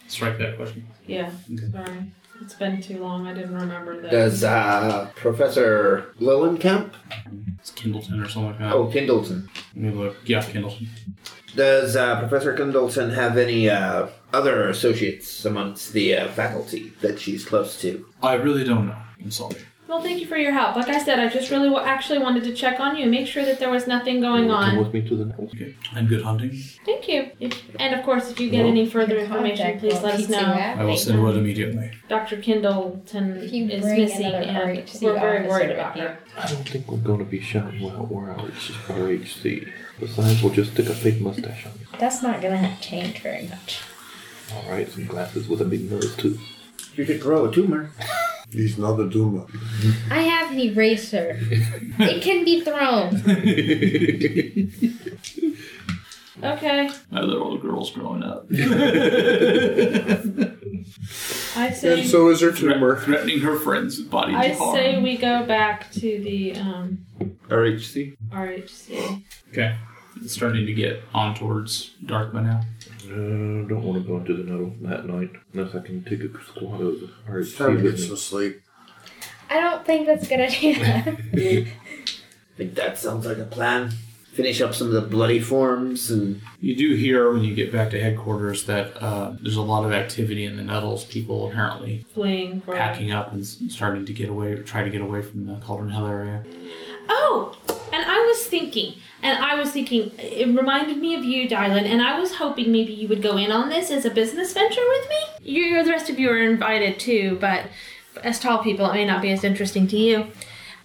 Strike that question.
Yeah. Sorry. It's been too long. I didn't remember that.
Does uh, Professor Lillenkamp?
It's Kindleton or something like that.
Oh, Kindleton.
Let me look. Yeah, Kindleton.
Does uh, Professor Kindleton have any uh, other associates amongst the uh, faculty that she's close to?
I really don't know. I'm sorry.
Well, thank you for your help. Like I said, I just really wa- actually wanted to check on you and make sure that there was nothing going
Come
on.
with me to the next.
Okay. And good hunting.
Thank you. If, and of course, if you get any further information, please let us know.
I will send word immediately.
Dr. Kindleton
If you
is
bring
missing,
another
and
RHC
we're very
officer
worried
with
about
you.
her.
I don't think we're going to be shouting well or RHC. Besides, we'll just stick a fake mustache on you.
That's not gonna change very much.
All right, some glasses with a big nose too.
You could grow a tumor.
He's not a doomer.
I have an eraser. it can be thrown.
Okay.
Now that all the girls growing up.
I say.
And so is her tumor.
Threatening her friends with body
I say we go back to the um,
RHC.
RHC.
Okay. It's starting to get on towards dark by now.
No, Uh, don't want to go into the nettle that night unless I can take a squad of
It's time
RHC
to get
with me.
some sleep.
I don't think that's gonna happen.
I think that sounds like a plan. Finish up some of the bloody forms and
You do hear when you get back to headquarters that uh, there's a lot of activity in the nettles. People apparently
Fleeing for.
packing up and s- starting to get away, try to get away from the Cauldron Hill area.
Oh, and I was thinking, and I was thinking, it reminded me of you, Dylan, and I was hoping maybe you would go in on this as a business venture with me. You, the rest of you are invited too, but as tall people, it may not be as interesting to you.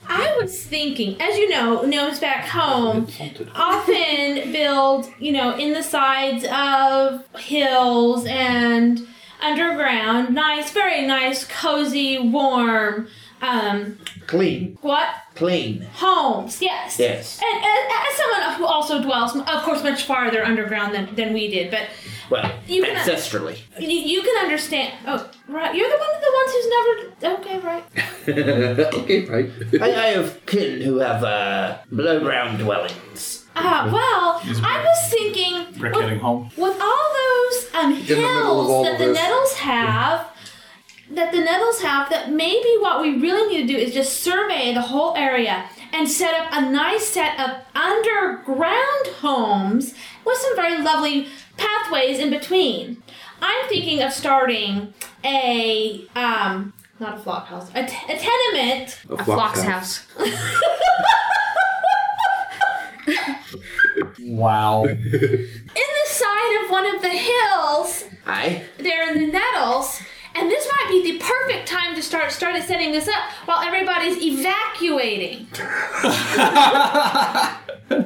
I was thinking, as you know, gnomes back home often build, you know, in the sides of hills and underground, nice, very nice, cozy, warm, um,
clean,
what?
clean.
Homes, yes.
Yes.
And, and as someone who also dwells, of course, much farther underground than, than we did, but
Well,
You can-
ancestrally.
you, you can understand. Oh, right. You're the one of the ones who's never. Okay, right.
okay, right.
I, I have kin who have uh, below ground dwellings.
Ah, well, I was thinking
Rick
with,
heading home.
with all those um,
the middle of all
hills that
of
the
this.
nettles have. That the nettles have, that maybe what we really need to do is just survey the whole area and set up a nice set of underground homes with some very lovely pathways in between. I'm thinking of starting a, um, not a flock house, a, t- a tenement
A
Flock's house.
Wow.
in the side of one of the hills
Aye.
they're in the nettles, and this might might be the perfect time to start started setting this up while everybody's evacuating.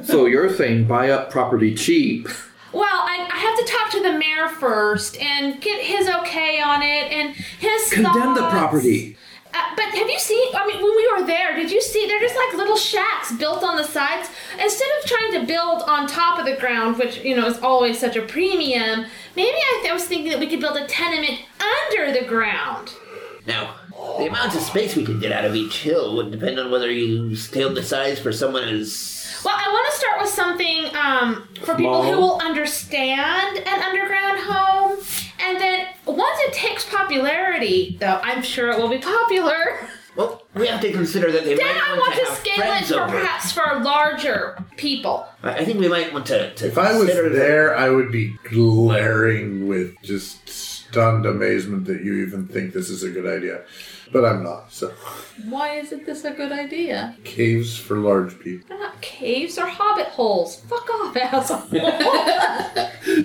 So you're saying buy up property cheap?
Well, I, I have to talk to the mayor first and get his okay on it and his
Condemn the
thoughts.
property.
Uh, but have you seen? I mean, when we were there, did you see? They're just like little shacks built on the sides. Instead of trying to build on top of the ground, which you know is always such a premium, maybe I, th- I was thinking that we could build a tenement under the ground.
Now, the amount of space we could get out of each hill would depend on whether you scaled the size for someone who's.
Well, I want to start with something um, for people who
Small.
will understand an underground home, and then once it takes popularity, though I'm sure it will be popular.
Well, we have to consider that they
Then
might
I
want,
want to
have
scale it
friends
for
over.
perhaps for larger people.
I I think we might want to. to
If I was
consider that-
there, I would be glaring with just stunned amazement that you even think this is a good idea. But I'm not, so.
Why isn't this a good idea?
Caves for large people.
They're not caves, they're hobbit holes. Fuck off, asshole.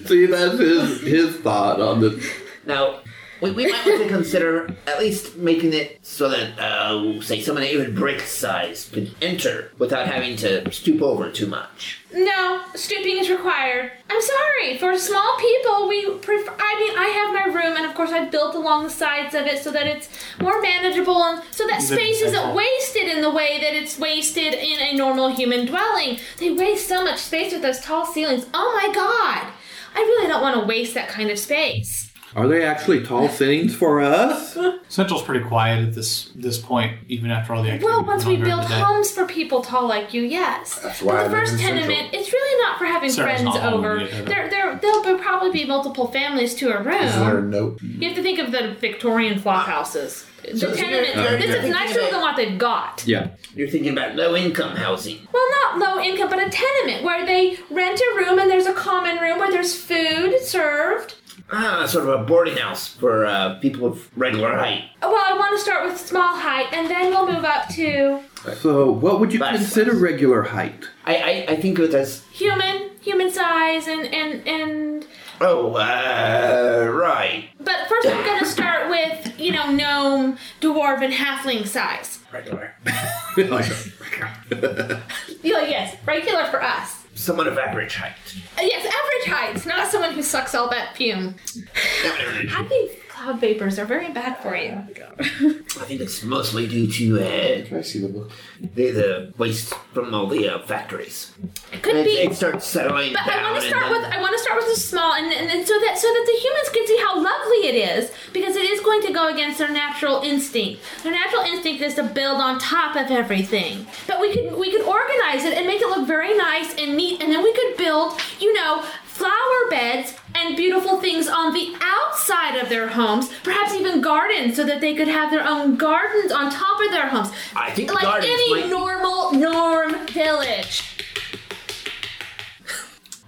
See, that's his his thought on the.
Now, we, we might want to consider at least making it so that, uh, say, someone even brick size could enter without having to stoop over too much.
no, stooping is required. I'm sorry, for small people, we prefer. I mean, I have my room, and of course, I built along the sides of it so that it's more manageable and so that
Then-
space isn't wasted in the way that it's wasted in a normal human dwelling. They waste so much space with those tall ceilings. Oh my god! I really don't want to waste that kind of space.
Are they actually tall ceilings for us?
Central's pretty quiet at this this point, even after all the activity.
Well, once we
going on
build
during the day.
homes for people tall like you, yes.
That's
but
why
the
I live
first
in Central.
tenement, it's really not for having
Sarah's
friends
not home
over.
yet, I know.
There, there, there'll be probably be multiple families to a room.
Is there a note?
You have to think of the Victorian flop houses. The
So-
tenement,
Uh,
this is
yeah.
nicer than what they've got.
Yeah.
You're thinking about low income housing.
Well, not low income, but a tenement where they rent a room and there's a common room where there's food served.
Ah, sort of a boarding house for uh, people of regular height.
Well, I want to start with small height, and then we'll move up to
So, what would you consider regular height?
I, I, I think of it as.
human, human size, and and and
Oh, uh, right.
But first, I'm gonna start with you know gnome, dwarf, and halfling size.
Regular.
You know, yes, regular for us.
Someone of average height.
Uh, Yes, average heights, not someone who sucks all that fume. I think cloud vapors are very bad for you.
I think it's mostly due to. Uh, Can I see the book? The, the waste from all the uh, factories.
It could
it,
be.
It starts settling
But
down.
I want to
and
start
then-
with I want to start with the small, and, and, and so that so that the humans can see how lovely it is, because it is going to go against their natural instinct. Their natural instinct is to build on top of everything. But we could we could organize it and make it look very nice and neat, and then we could build, you know, flower beds and beautiful things on the outside of their homes, perhaps even gardens, so that they could have their own gardens on top of their homes.
I think
like
gardens
any
might-
normal norm village.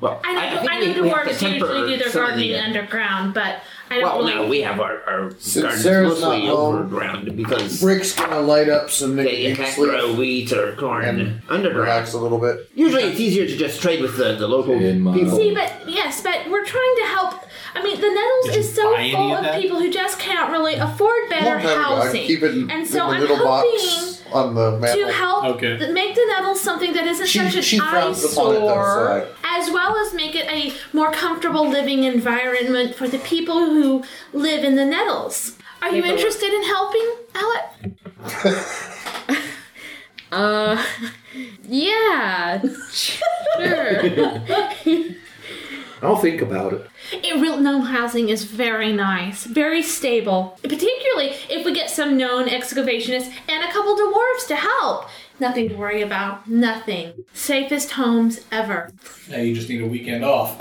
Well,
I know, I,
think we-
know
we have
dwarves
to temper
usually do their
some of
gardening
the, uh,
underground, but I don't
Well,
really.
no, we have our, our
Since
gardens
Sarah's not
mostly
home,
overground because
Brick's gonna light up some
they you can't
niggas' sleep.
grow wheat or corn underground.
a little bit.
Usually it's easier to just trade with the, the local people.
See, but yes, but we're trying to help. I mean, the Nettles is so
buy any
full
of
of,
that?
people who just can't really afford better
Long time ago, I
housing,
keep it in,
and
in
so
the
I'm
little
hoping
box on the mantle.
to help th- make the Nettles something that isn't
She-
such an
she frowns upon it, though, so
eyesore,
I-
as well as make it a more comfortable living environment for the people who live in the Nettles. Are you
People-
interested in helping, Alec?
Uh, yeah, sure.
I'll think about it.
It real gnome housing is very nice, very stable. Particularly if we get some known excavationists and a couple dwarves to help. Nothing to worry about. Nothing. Safest homes ever.
Now you just need a weekend off.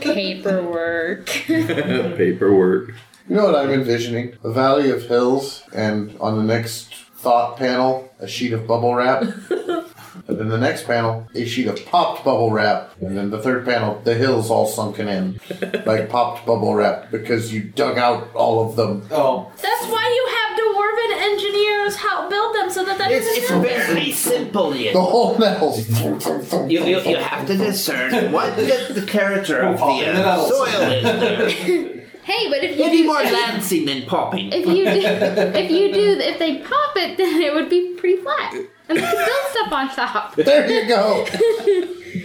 Paperwork.
Uh, Paperwork.
You know what I'm envisioning? A valley of hills, and on the next thought panel, a sheet of bubble wrap. and then the next panel, a sheet of popped bubble wrap. And then the third panel, the hills all sunken in. like popped bubble wrap, because you dug out all of them.
Oh.
That's why you have dwarven engineers help build them so that that
It's,
doesn't
it's
happen.
very simple. You,
The whole metal.
you, you, you have to discern what the, the character of the uh, soil is there.
Hey, but if you
It'd
do
be more
if-
lancing than popping.
If you do, if you do, if they pop it, then it would be pretty flat, and they could build stuff on top.
There you go.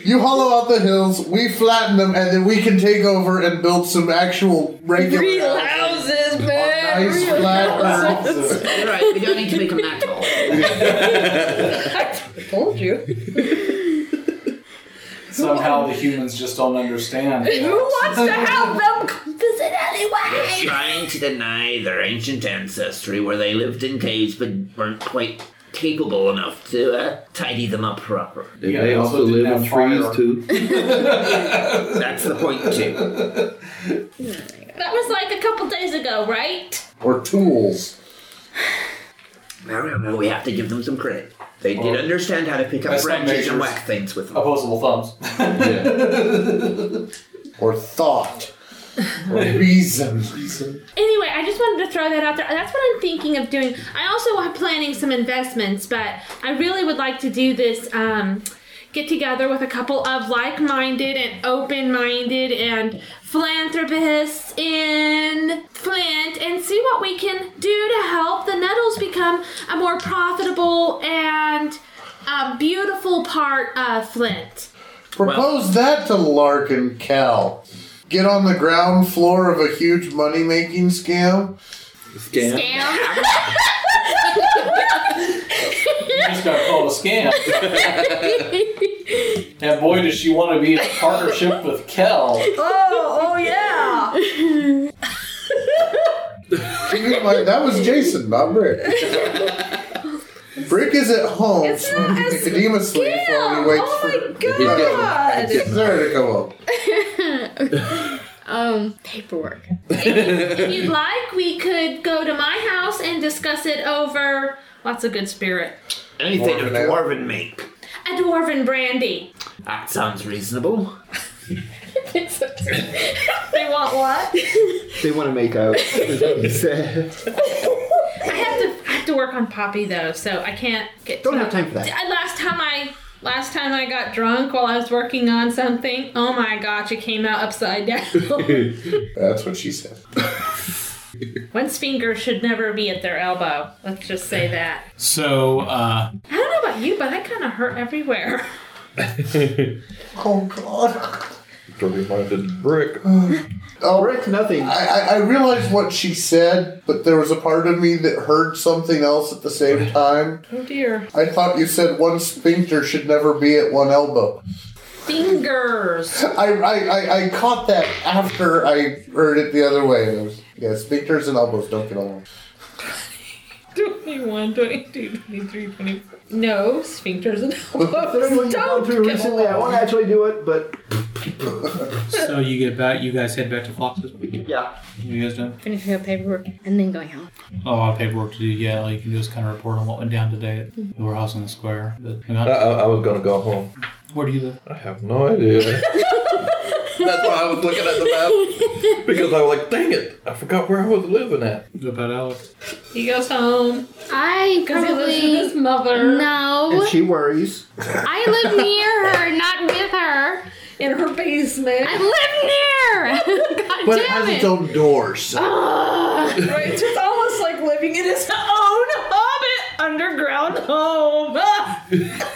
You hollow out the hills, we flatten them, and then we can take over and build some actual regular
Real
houses.
houses, man.
Nice
Real
flat
houses.
earth.
You're right, we don't need to make them that tall.
I told you.
Somehow the humans just don't understand.
Who wants to have them composite
They're
anyway?
trying to deny their ancient ancestry where they lived in caves but weren't quite capable enough to uh, tidy them up proper.
Did
Yeah,
they
they also
also
didn't
live in
have fire.
trees too?
That's the point, too.
That was like a couple days ago, right?
Or tools.
No, no, no, we have to give them some credit. They did
Well,
understand how to pick up
that's not
branches and
measures.
whack things with them.
Opposable thumbs.
Or thought. Or reason.
Anyway, I just wanted to throw that out there. That's what I'm thinking of doing. I also am planning some investments, but I really would like to do this um, get together with a couple of like minded and open minded and philanthropists in Flint and see what we can do to help the Nettles become a more profitable and uh, beautiful part of Flint.
Propose that to Lark and Cal. Get on the ground floor of a huge money making scam.
Scam.
Scam.
You just got called a scam. and boy, does she want to be in a partnership with Kel.
Oh, oh yeah.
that was Jason, not Brick. Brick is at home
It's not
smoking
a
Nicodemusly before he waits
Oh my
He's getting-
god.
for Sarah to come up.
Um, paperwork.
if you'd like, we could go to my house and discuss it over lots of good spirit.
Anything
Dwarven
a
ale.
dwarven make.
A dwarven brandy.
That sounds reasonable.
They want what?
They want to make out.
I have to I have to work on Poppy though, so I can't get
Don't have time for that.
I, last time I last time I got drunk while I was working on something, oh my gosh, it came out upside down.
That's what she said.
One's finger should never be at their elbow. Let's just say that.
So, uh,
I don't know about you, but I kinda hurt everywhere.
Oh, God.
To remind us, brick.
Oh,
Rick, nothing.
I, I, I realized what she said, but there was a part of me that heard something else at the same time.
Oh dear.
I thought you said one sphincter should never be at one elbow.
Fingers.
I, I, I, I caught that after I heard it the other way. It was- yeah, sphincters and elbows don't get along.
21, 22, 23, 24. No, sphincters and
Considering what
elbows.
you've gone through recently, I want to actually do it, but
So you get back. You guys head back to Fox this week.
yeah.
You guys done?
Finishing up paperwork and then going home.
Oh, a lot of paperwork to do. Yeah, all you can do is kind of report on what went down today at the warehouse on the square. But hang on.
I, I, I was gonna go home.
where do you live?
I have no idea. That's why I was looking at the map because I was like, "Dang it! I forgot where I was living at."
Go about Alex.
He goes home
I
because he lives with his
probably
mother
no.
And she worries.
I live near her, not with her.
in her basement.
I live near. God
But it
damn
has
it!
its own door, so
Right? It's just almost like living in his own hobbit underground home.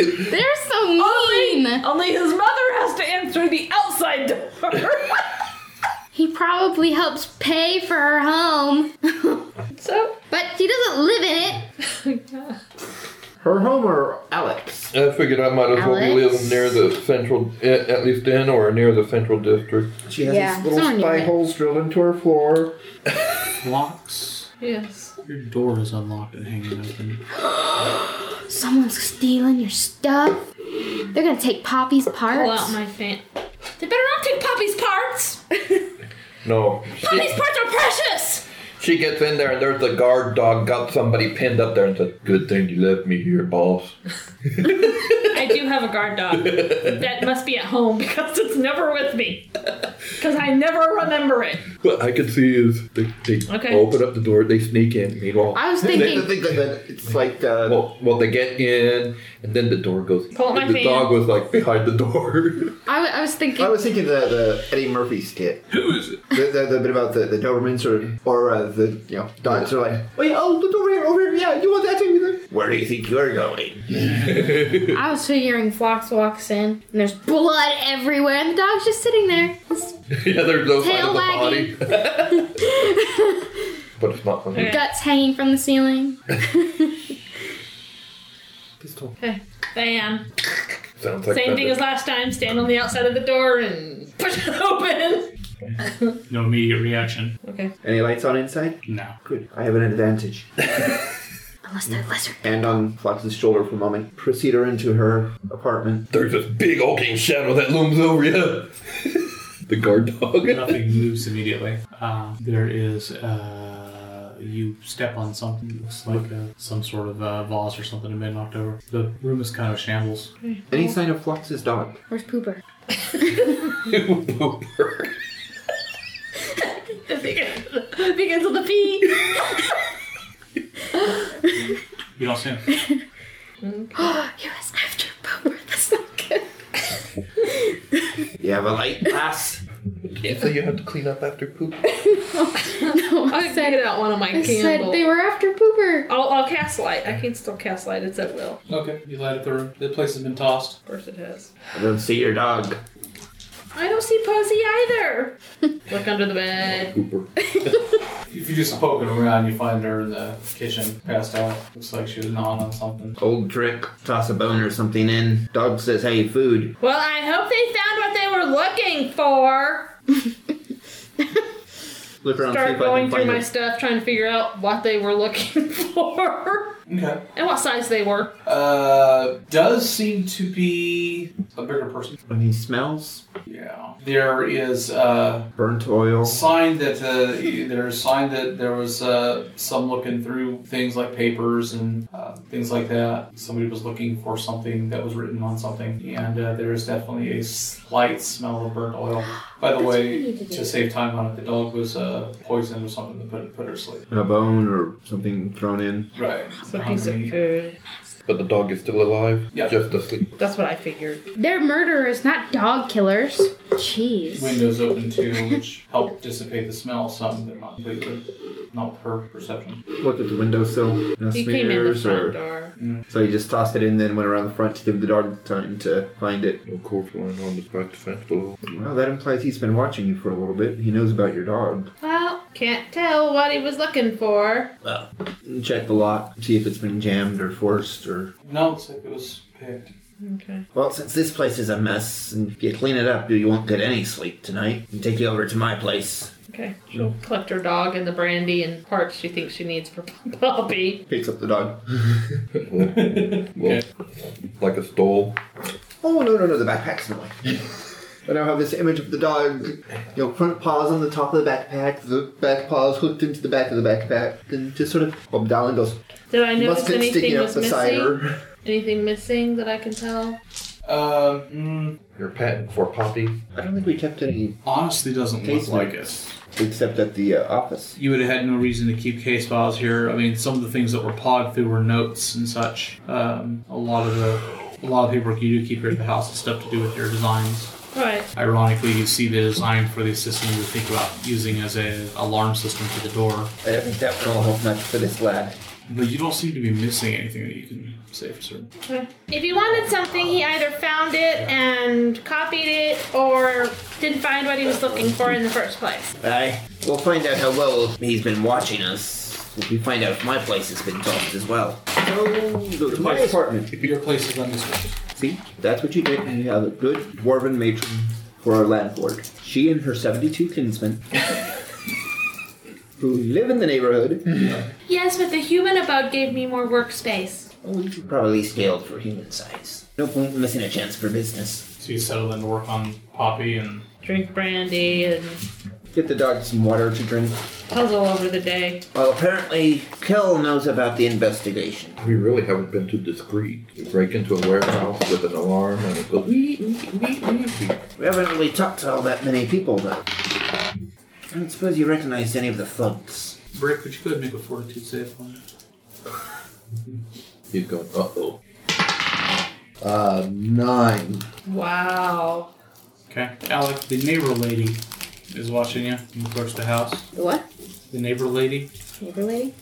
Ah!
They're so mean.
Only his mother has to answer the outside door.
He probably helps pay for her home,
so,
but he doesn't live in it.
Her home or Alex?
I figured I might as well be
Alex?
living near the central, at at least in or near the central district.
She has
Yeah,
these little
someone
spy
knew it.
holes drilled into her floor.
Locks.
yes.
Your door is unlocked and hanging open.
Someone's stealing your stuff. They're gonna take Poppy's
Pull out
parts.
my fan. They better not take Poppy's parts.
No,
Poppy's parts are precious.
she gets in there and there's the guard dog got somebody pinned up there and said, "Good thing you left me here, boss."
I do have a guard dog that must be at home because it's never with me. Because I never remember it.
What I can see is they, they
Okay.
open up the door, they sneak in. Meanwhile,
I was thinking-
They- they- they- it's like uh, well, well, they get in, and then the door goes.
Pull up my
the
fan.
dog was like behind the door.
I, w- I was thinking.
I was thinking the, the Eddie Murphy skit. Who is it? The, the, the bit about the, the Dobermans or or uh, the you know dogs are like, wait, oh, look over here, over here, yeah, you want that too?
Where do you think you're going?
I was figuring Flox walks in and there's blood everywhere and the dog's just sitting there. It's
yeah, there's no sign
Tail
of the body. but it's not funny.
guts hanging from the ceiling.
Pistol.
Okay. Bam.
Sounds like
Same thing
thunder.
as last time. Stand on the outside of the door and push it open.
No immediate reaction.
Okay.
Any lights on inside?
No.
Good. I have an advantage.
Unless they're lizard.
Hand on Flox's shoulder for a moment. Precede her into her apartment.
There's this big hulking shadow that looms over you. the guard dog.
Nothing moves immediately. Uh, there is. Uh, you step on something. Looks like uh some sort of uh, vase or something in mid October. The room is kind of shambles.
Any sign of Flox's dog?
Where's Pooper?
It begins- begins with a P.
You don't see him.
Oh, he was after Pooper. That's not good.
You have a light pass.
so you have to clean up after poop.
no,
I said it out one of my
I said
candles.
they were after Pooper.
I'll, I'll cast light. I can still cast light. It's at will.
Okay, you light up the room. The place has been tossed.
Of course it has.
I don't see your dog.
I don't see Posey either. Look under the bed.
If you just poking around, you find her in the kitchen, passed out. Looks like she was gnawing on something.
Old trick. Toss a bone or something in. Dog says, hey, food.
Well, I hope they found what they were looking for.
Look around, see
Start
if I
going
can
through
find
my
it.
stuff, trying to figure out what they were looking for
Okay.
and what size they were.
Uh, does seem to be a bigger person.
Any smells?
Yeah. There is uh,
Burnt oil.
sign that uh, there's sign that there was uh, some looking through things like papers and uh, things like that. Somebody was looking for something that was written on something, and uh, there is definitely a slight smell of burnt oil. By the
That's what we
way,
need to
to,
do.
save time on it, the dog was uh, poisoned or something to put put her to sleep.
A bone or something thrown in.
Right.
So piece of food.
But the dog is still alive,
Yeah.
just asleep.
That's what I figured.
They're murderers, not dog killers. Jeez.
Windows open too, which help dissipate the smell some, but not completely. Not her perception.
Looked at the windowsill. No
He came in the
smears
front
or.
door.
So you just tossed it in, then went around the front to give the dog time to find it.
No corpse lying on the back fence below.
Well, that implies he's been watching you for a little bit. He knows about your dog.
Well, can't tell what he was looking for.
Well,
Check the lock, see if it's been jammed or forced or.
No, it's like it was picked.
Okay.
well, since this place is a mess, and if you clean it up, you won't get any sleep tonight. I'll take you over to my place.
Okay. She'll collect her dog and the brandy and parts she thinks she needs for Poppy.
Picks up the dog.
Well, like a stole.
Oh, no, no, no, the backpack's in the way. I now have this image of the dog, you know, front paws on the top of the backpack, the back paws hooked into the back of the backpack, and just sort of. Well, Dallin goes,
Did I notice
mustard sticking
anything
up
was
beside
missing?
her.
Anything missing that I can tell?
Um, mm,
Your pet for Poppy.
I don't think we kept any,
honestly, doesn't look
Case
like
notes.
it.
except at the uh, office.
You would have had no reason to keep case files here. I mean, some of the things that were pawed through were notes and such. Um, a lot of the, a lot of paperwork you do keep here at the house is stuff to do with your designs.
Right.
Ironically, you see the design for the system you would think about using as an alarm system for the door.
I don't think that would all help much for this lad.
But you don't seem to be missing anything that you can say for certain.
If he wanted something, he either found it and copied it or didn't find what he was looking for in the first place.
Aye. We'll find out how well he's been watching us. If we find out if my place has been tossed as well.
Oh, go to my apartment.
Your place is undisputed.
See, that's what you get when you have a good dwarven matron for our landlord. She and her 72 kinsmen, who live in the neighborhood,
Yes, but the human abode gave me more workspace.
Oh,
We should probably scale for human size. No point in missing a chance for business.
So you settle in to work on Poppy and
Drink brandy and
Get the dog some water to drink.
Puzzle over the day.
Well, apparently, Kell knows about the investigation.
We really haven't been too discreet. We break into a warehouse with an alarm and it goes. "Wee, wee, wee, wee, wee."
We haven't really talked to all that many people, though. I don't suppose you recognize any of the folks.
Brick, but you could make a fortitude save on it.
He's going, uh oh.
Uh, nine.
Wow.
Okay. Alec, the neighbor lady is watching you from across the house.
What?
The neighbor lady.
Neighbor lady?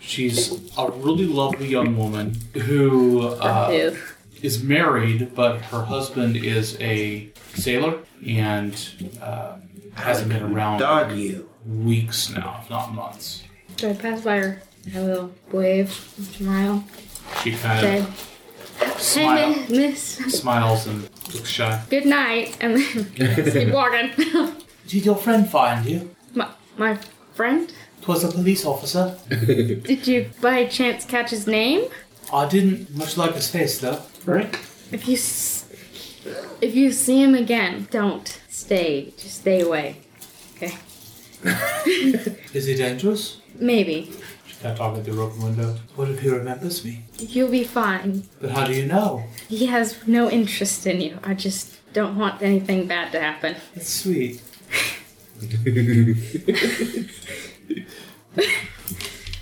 She's a really lovely young woman who uh,
Who?
is married, but her husband is a sailor and uh, hasn't been around
Dog you.
weeks now, if not months.
Do I pass by her? I will wave and smile.
She kind
Say,
of
hey,
smile,
mi- miss.
smiles and looks shy.
Good night. And then keep walking.
Did your friend find you?
my, my friend?
Twas a police officer.
Did you by chance catch his name?
I didn't much like his face, though.
Brick?
If you s- if you see him again, don't stay. Just stay away. Okay.
Is he dangerous?
Maybe
She kind of talking at the open window. What if he remembers me?
you'll be fine.
But how do you know?
He has no interest in you. I just don't want anything bad to happen.
That's sweet.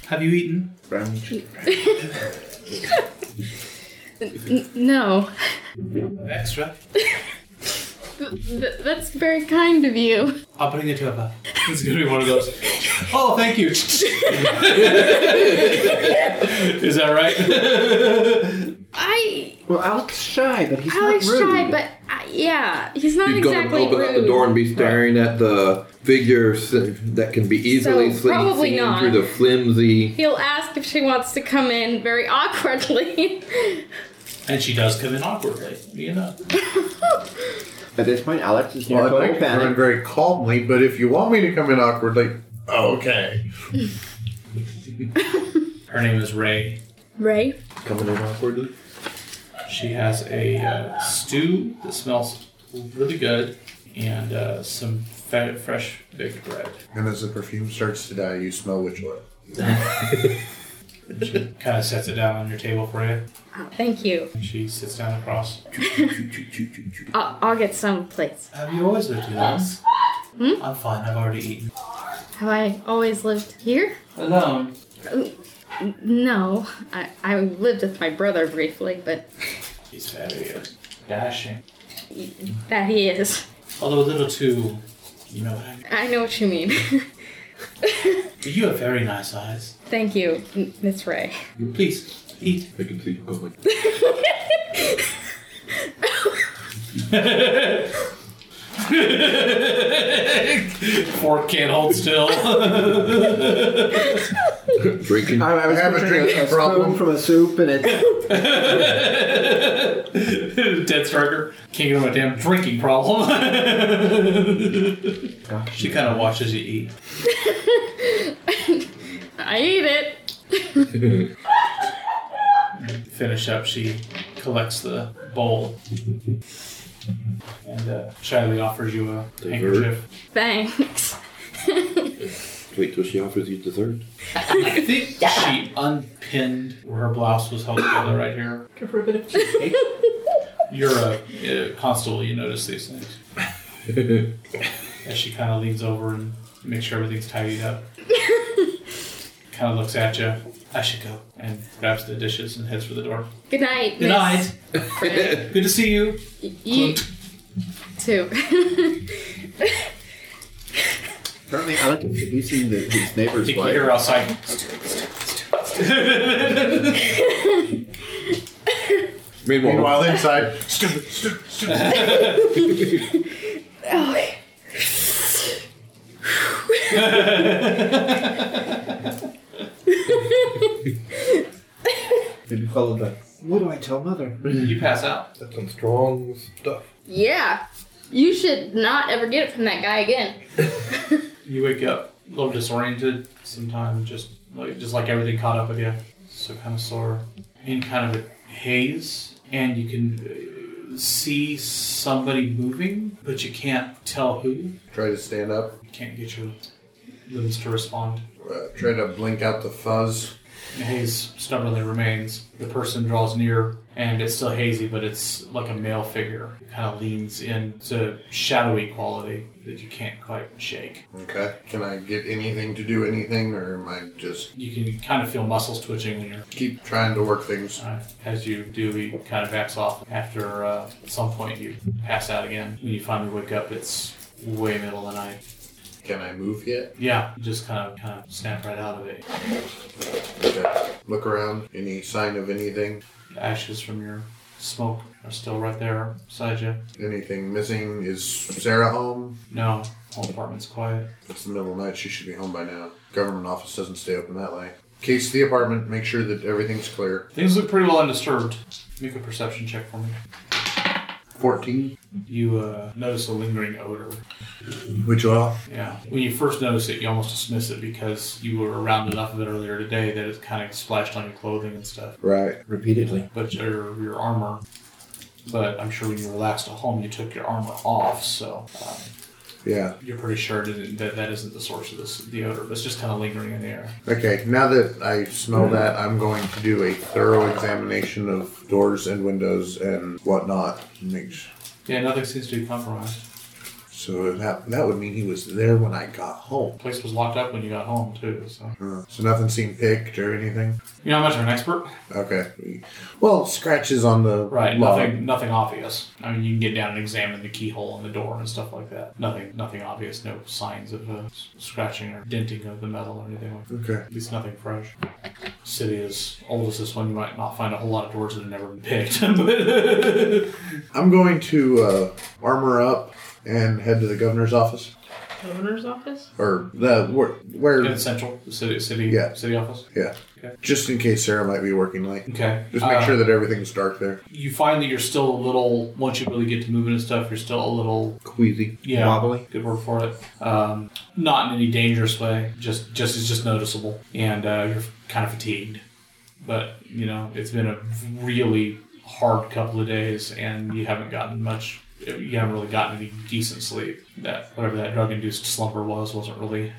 Have you eaten?
Brown sheep.
N- no,
Extra.
Th- th- that's very kind of you.
I'll bring it to her. It's gonna be one of those. Oh, thank you. Is that right?
I
Well, Alec's shy, but he's
Alex
not rude.
shy, but I, yeah, he's not
He's going to
exactly
open
rude.
up the door and be staring at the figures that can be easily
So,
seen-
probably
seen
not.
through the flimsy.
He'll ask if she wants to come in very awkwardly.
and she does come in awkwardly, you know.
At this point, Alex is near
Well, I'd
total
like to come in
panic.
very calmly, but if you want me to come in awkwardly, okay.
Her name is Ray.
Ray,
Coming in awkwardly.
She has a uh, stew that smells really good and uh, some fe- fresh baked bread.
And as the perfume starts to die, you smell witch oil.
She kind of sets it down on your table for you.
oh, thank you.
She sits down across.
I'll, I'll get some, please.
Have you always lived here? Lance?
Hmm?
I'm fine. I've already eaten.
Have I always lived here?
Alone.
N- No, I, I lived with my brother briefly, but
She's very uh, dashing,
that he is.
although a little too. You know what I mean.
I know what you mean.
But You have very nice eyes.
Thank you, M- Miss Ray.
Please eat.
I can see you going.
Fork can't hold still.
Drinking.
I, I was
I have a
picturing
drinking
a
problem.
spoon from a soup, and it's
Dead striker. Can't get over a damn drinking problem. she kind of watches you eat.
I eat it.
Finish up, she collects the bowl and uh, shyly offers you a
Dessert.
handkerchief.
Thanks.
Wait till she offers you dessert.
I think she unpinned where her blouse was held together right here. Give her a bit of cheesecake. You're a, a constable, you notice these things. As she kind of leans over and makes sure everything's tidied up. kind of looks at you. I should go. And grabs the dishes and heads for the door.
Good night.
Good night.
night.
Good to see you.
You too.
apparently Alec is abusing the, his
I
neighbor's
think you hear
wife.
her outside.
Meanwhile,
Meanwhile, inside,
oh,
Maybe follow that. What do I tell mother?
you pass out.
that's some strong stuff.
yeah. You should not ever get it from that guy again.
You wake up a little disoriented, sometimes just like just like everything caught up with you. So kind of sore, in kind of a haze, and you can uh, see somebody moving, but you can't tell who.
Try to stand up.
You can't get your limbs to respond.
Uh, try to blink out the fuzz.
The haze stubbornly remains. The person draws near, and it's still hazy, but it's like a male figure. It kind of leans into shadowy quality that you can't quite shake.
Okay. Can I get anything to do anything, or am I just
You can kind of feel muscles twitching when you're.
keep trying to work things?
Uh, as you do, he kind of backs off. After uh, some point, you pass out again. When you finally wake up, it's way middle of the night.
Can I move yet?
Yeah, you just kind of kind of snap right out of it.
Okay. Look around. Any sign of anything?
The ashes from your smoke are still right there beside you.
Anything missing? Is Sarah home?
No, whole apartment's quiet.
It's the middle of the night. She should be home by now. Government office doesn't stay open that late. Case the apartment. Make sure that everything's clear.
Things look pretty well undisturbed. Make a perception check for me.
14.
You uh, notice a lingering odor.
Which one?
Yeah. When you first notice it, you almost dismiss it because you were around enough of it earlier today that it kind of splashed on your clothing and stuff,
Right.
Repeatedly.
but your, your armor. But I'm sure when you relaxed at home, you took your armor off, so um,
Yeah.
you're pretty sure that, that that isn't the source of this the odor. But it's just kind of lingering in the air.
Okay, now that I smell that, I'm going to do a thorough examination of doors and windows and whatnot. Make s-
Yeah, nothing seems to be compromised.
So that that would mean he was there when I got home.
place was locked up when you got home too, so
Huh. So nothing seemed picked or anything.
you're not much of an expert.
Okay. Well, scratches on the
Right,
log.
nothing nothing obvious. I mean, you can get down and examine the keyhole and the door and stuff like that. Nothing nothing obvious, no signs of uh, s- scratching or denting of the metal or anything like that.
Okay.
At least nothing fresh. City as old as this one, you might not find a whole lot of doors that have never been picked. But
I'm going to uh, armor up and head to the governor's office
Governor's office?
or the where. where
in central the city city
Yeah.
city office.
yeah.
Okay.
Just in case Sarah might be working late.
Okay.
Just make
Uh,
sure that everything's dark there.
you find that you're still a little once you really get to moving and stuff, you're still a little
Queasy.
yeah,
Wobbly.
Good word for it. Um, not in any dangerous way. Just, just it's just noticeable, and uh, you're kind of fatigued. But you know, it's been a really hard couple of days, and you haven't gotten much. You haven't really gotten any decent sleep. That whatever that drug-induced slumber was wasn't really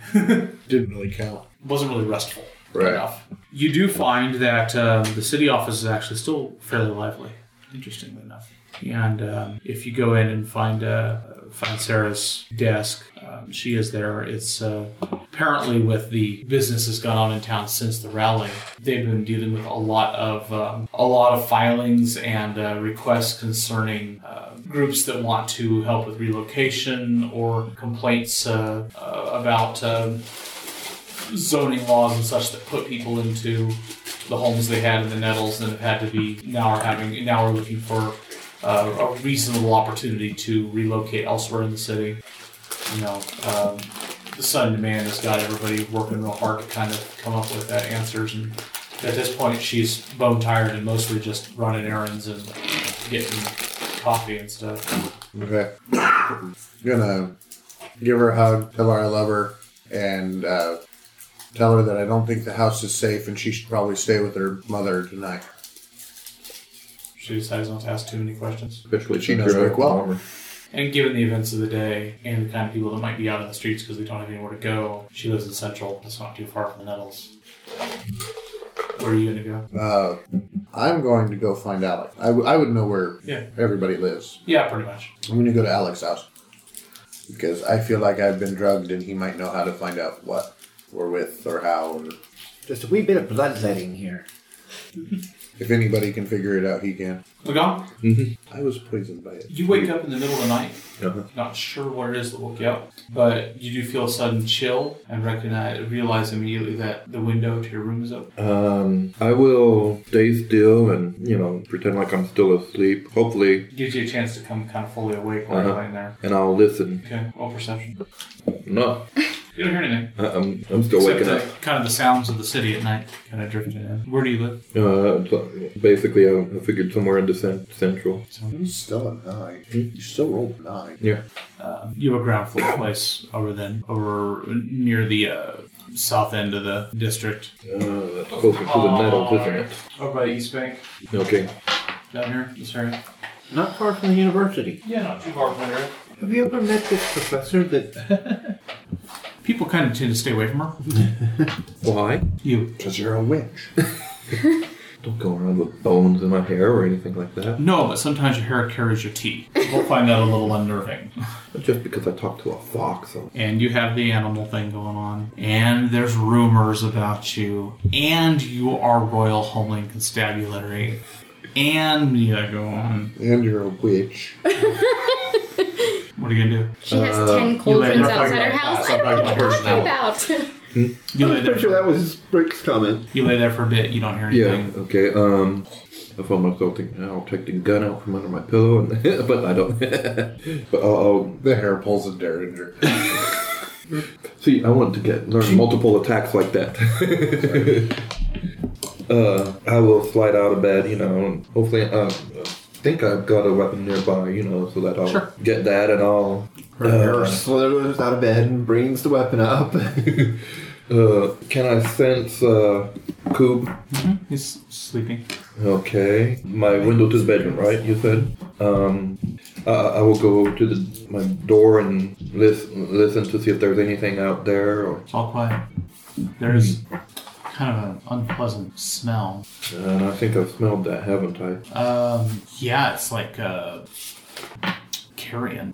Didn't really count.
wasn't really restful
Right.
enough. You do find that um, the city office is actually still fairly lively, interestingly enough. And um, if you go in and find uh, find Sarah's desk, um, she is there. It's uh, apparently with the business that's gone on in town since the rally, they've been dealing with a lot of um, a lot of filings and uh, requests concerning. Uh, groups that want to help with relocation or complaints uh, uh, about um, zoning laws and such that put people into the homes they had in the nettles and have had to be now are having now are looking for uh, a reasonable opportunity to relocate elsewhere in the city. You know, um, the Sun Demand has got everybody working real hard to kind of come up with uh, answers, and at this point, she's bone tired and mostly just running errands and getting coffee and stuff.
Okay. gonna give her a hug, tell her I love her, and uh, tell her that I don't think the house is safe and she should probably stay with her mother tonight.
She decides not to ask too many questions.
Especially
She
since
knows
you're
Rick well.
armor.
And given the events of the day and the kind of people that might be out on the streets because they don't have anywhere to go, she lives in Central. That's not too far from the Nettles. Where are you going to go?
Uh, I'm going to go find Alec. I, w- I would know where
Yeah.
everybody lives.
Yeah, pretty much.
I'm gonna go to Alec's house because I feel like I've been drugged and he might know how to find out what or with or how or
Just a wee bit of bloodletting here.
if anybody can figure it out, he can.
Lagan,
I was poisoned by it.
you wake up in the middle of the night.
Uh-huh.
Not sure what it is that woke you up, but you do feel a sudden chill and recognize, realize immediately that the window to your room is open.
Um, I will stay still and, you know, pretend like I'm still asleep, hopefully,
Gives you a chance to come kind of fully awake while you're
Uh-huh.
laying there.
and I'll listen.
Okay, all perception.
No,
You don't hear anything.
I- Uh, I'm, I'm still waking up.
the, kind of the sounds of the city at night kind of drifting in. Where do you live?
Uh, so basically, I, I figured somewhere into cen- Central.
You still a nine. You still rolled a nine.
Yeah.
um, You have a ground floor place over then, over near the uh, south end of the district.
Uh, that's closer to the nettles, isn't it?
Over by the East Oh, Bank,
Okay.
down here, this area.
Not far from the university.
Yeah, not too far from there.
Have you ever met this professor that.
People kind of tend to stay away from her.
Why?
You.
Because you're a witch. Don't go around with bones in my hair or anything like that.
No, but sometimes your hair carries your teeth. We'll find that a little unnerving.
Just because I talked to a fox. So.
And you have the animal thing going on. And there's rumors about you. And you are Royal Homeland Constabulary. And you gotta go on.
And you're a witch.
What are you gonna do?
She has ten cauldrons outside her house. I don't know what you're talking about.
You lay there.
Pretty sure that was Brick's comment.
You lay there for a bit. You don't hear
Yeah,
anything.
okay, um. If I'm assaulting, "Oh, I'll take the gun out from under my pillow, and, but I don't. but I'll, I'll
The hair pulls a derringer.
See, I want to get learn multiple attacks like that. uh, I will slide out of bed, you know, and hopefully, uh, think I've got a weapon nearby, you know, so that I'll get that and I'll.
Her hair slithers uh, out of bed and brings the weapon up.
Uh, can I sense uh, Coob?
Mhm, He's sleeping.
Okay, my window to the bedroom, right? You said. Um, I, I will go to the my door and listen, listen to see if there's anything out there. Or
It's all quiet. There's kind of an unpleasant smell.
and I think I've smelled that, haven't I?
Um, yeah, it's like uh, carrion.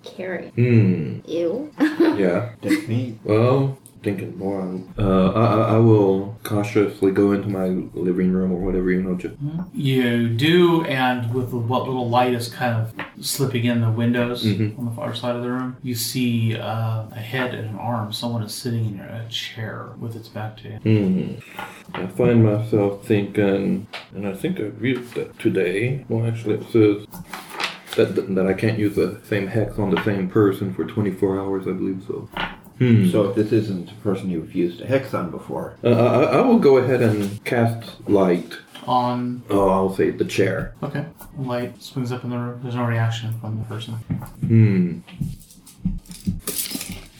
Carrie.
Hmm.
Ew.
Yeah. Well, thinking more on. Uh, I, I- I will cautiously go into my living room or whatever, you know, just.
You do, and with what little light is kind of slipping in the windows
Mhm.
on the far side of the room, you see uh, a head and an arm. Someone is sitting in a chair with its back to you.
Hmm. I find myself thinking, and I think I've used that today. Well, actually, it says that, that I can't use the same hex on the same person for 24 hours, I believe so. Hmm.
So if this isn't a person you've used a hex on before,
Uh, I, I- I will go ahead and cast light.
On
Oh, I'll say the chair.
okay, light swings up in the room. There's no reaction from the person.
Hmm.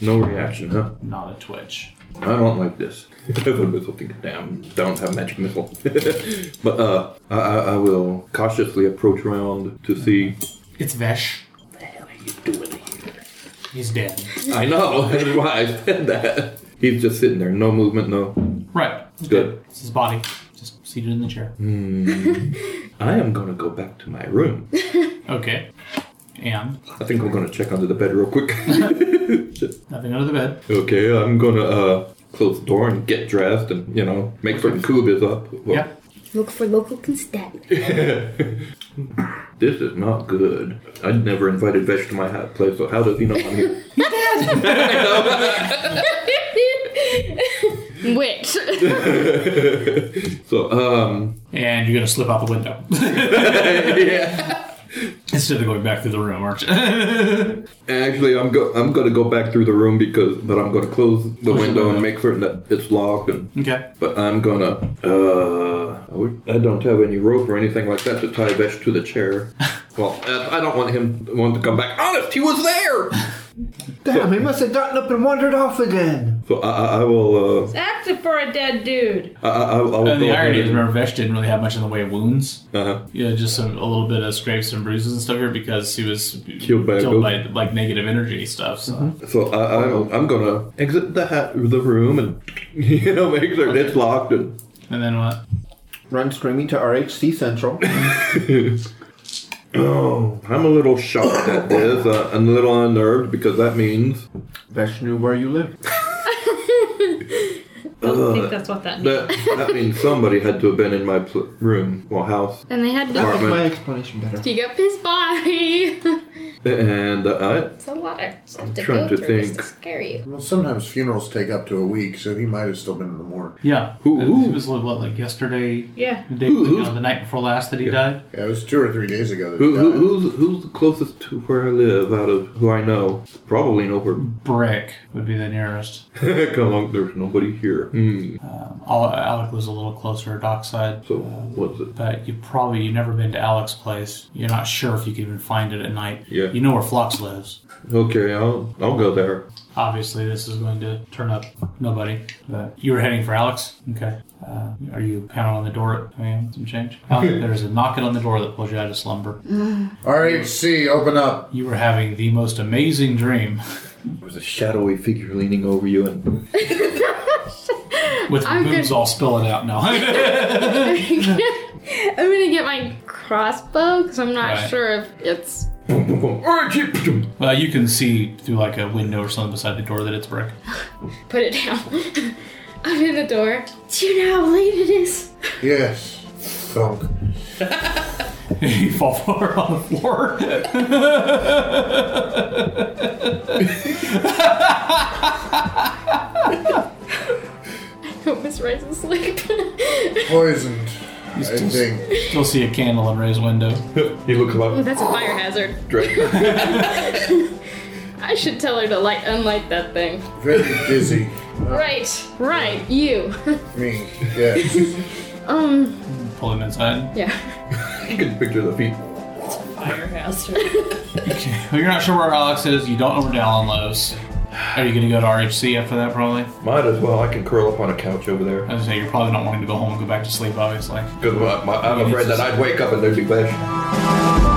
No reaction, huh?
Not a twitch.
I don't like this. missile thing. Damn, don't have magic missile. but uh, I, I, I will cautiously approach around to see.
It's Vesh. He's dead.
I know, that's why I said that. He's just sitting there, no movement, no.
Right.
Good.
It's his body, just seated in the chair.
Hmm. I am gonna go back to my room.
Okay. And
I think I'm gonna check under the bed real quick.
nothing under the bed.
okay, I'm gonna uh, close the door and get dressed and, you know, make certain Coob is up.
Yeah.
Look for local constabulary.
This is not good. I never invited Vesh to my ha- place, so how does he know I'm here?
Which?
so, um,
And you're gonna slip out the window.
yeah.
Instead of going back through the room, aren't you?
Actually, I'm go- I'm gonna go back through the room because, but I'm gonna close the window and make certain that it's locked. And
okay.
but I'm gonna, uh, I wish- I don't have any rope or anything like that to tie Vesh to the chair. Well, uh, I don't want him want to come back. Honest, he was there.
damn, he must have gotten up and wandered off again.
So I, I, I will. Uh,
It's active for a dead dude.
I, I, I will
And
go
Oh, the
ahead
irony is,
and-
remember, Vesh didn't really have much in the way of wounds.
Uh-huh.
Yeah, just some, a little bit of scrapes and bruises and stuff here because he was
Killed by a
killed
goat. Mm-hmm.
by like negative energy stuff. So
So I, I'm, I'm gonna exit the ha- the room and you know make sure it's locked and
and then what?
Run screaming to RHC Central.
Oh, I'm a little shocked at this uh, and a little unnerved because that means
Vesh knew where you lived.
I don't
Ugh.
think that's what that means.
uh, that that means somebody had to have been in my pl- room, well, house,
And they had to
That makes
Apartment.
my explanation better.
dig up his body.
and uh,
it's a lot of stuff to
trying to
go through just
think.
to scare you.
Well, sometimes funerals take up to a week, so he might have still been in the morgue.
Yeah,
Who-
And
who-
It was like, what, like yesterday,
Yeah.
the day,
Who-
you know,
who's-
the night before last that he died.
Yeah, it was two or three days ago. That
who,
he
who
died.
who's who's the closest to where I live out of who I know? Probably no one.
Brick would be the nearest.
Come on, there's nobody here. Hmm.
Um, Al- Alec was a little closer, dockside.
So what's it?
But you probably you've never been to Alec's place. You're not sure if you can even find it at night.
Yeah. Okay.
You know where Phlox lives.
Okay, I'll, I'll go there.
Obviously, this is going to turn up nobody. But you were heading for Alex? Okay. Uh, are you pounding on the door? I mean, some change? Alex, there's a knocking on the door that pulls you out of slumber.
RHC, open up.
You were having the most amazing dream.
There was a shadowy figure leaning over you and
With
I'm
boobs
gonna-
all spilling out now.
I'm gonna get my crossbow because I'm not
Right.
sure if it's.
well, you can see through like a window or something beside the door that it's brick.
Put it down. Open the door. Do you know how late it is?
Yes. Thunk.
you fall forward on the floor.
I hope Miss Rice is asleep.
Poisoned.
You
I think.
still see a candle in Ray's window.
you look
oh,
up.
that's a fire hazard. I should tell her to light unlight that thing.
Very dizzy.
Oh.
Right, right, you.
Me. Yes.
um,
Pull him inside.
yeah.
You can picture the feet.
Fire hazard.
Well, you're not sure where Alex is. You don't know where Dallin lives. Are you going to go to RHC after that, probably?
Might as well. I can curl up on a couch over there.
As I say, you're probably not wanting to go home and go back to sleep, obviously.
Because my, my, I'm afraid that I'd wake up and there'd be flesh.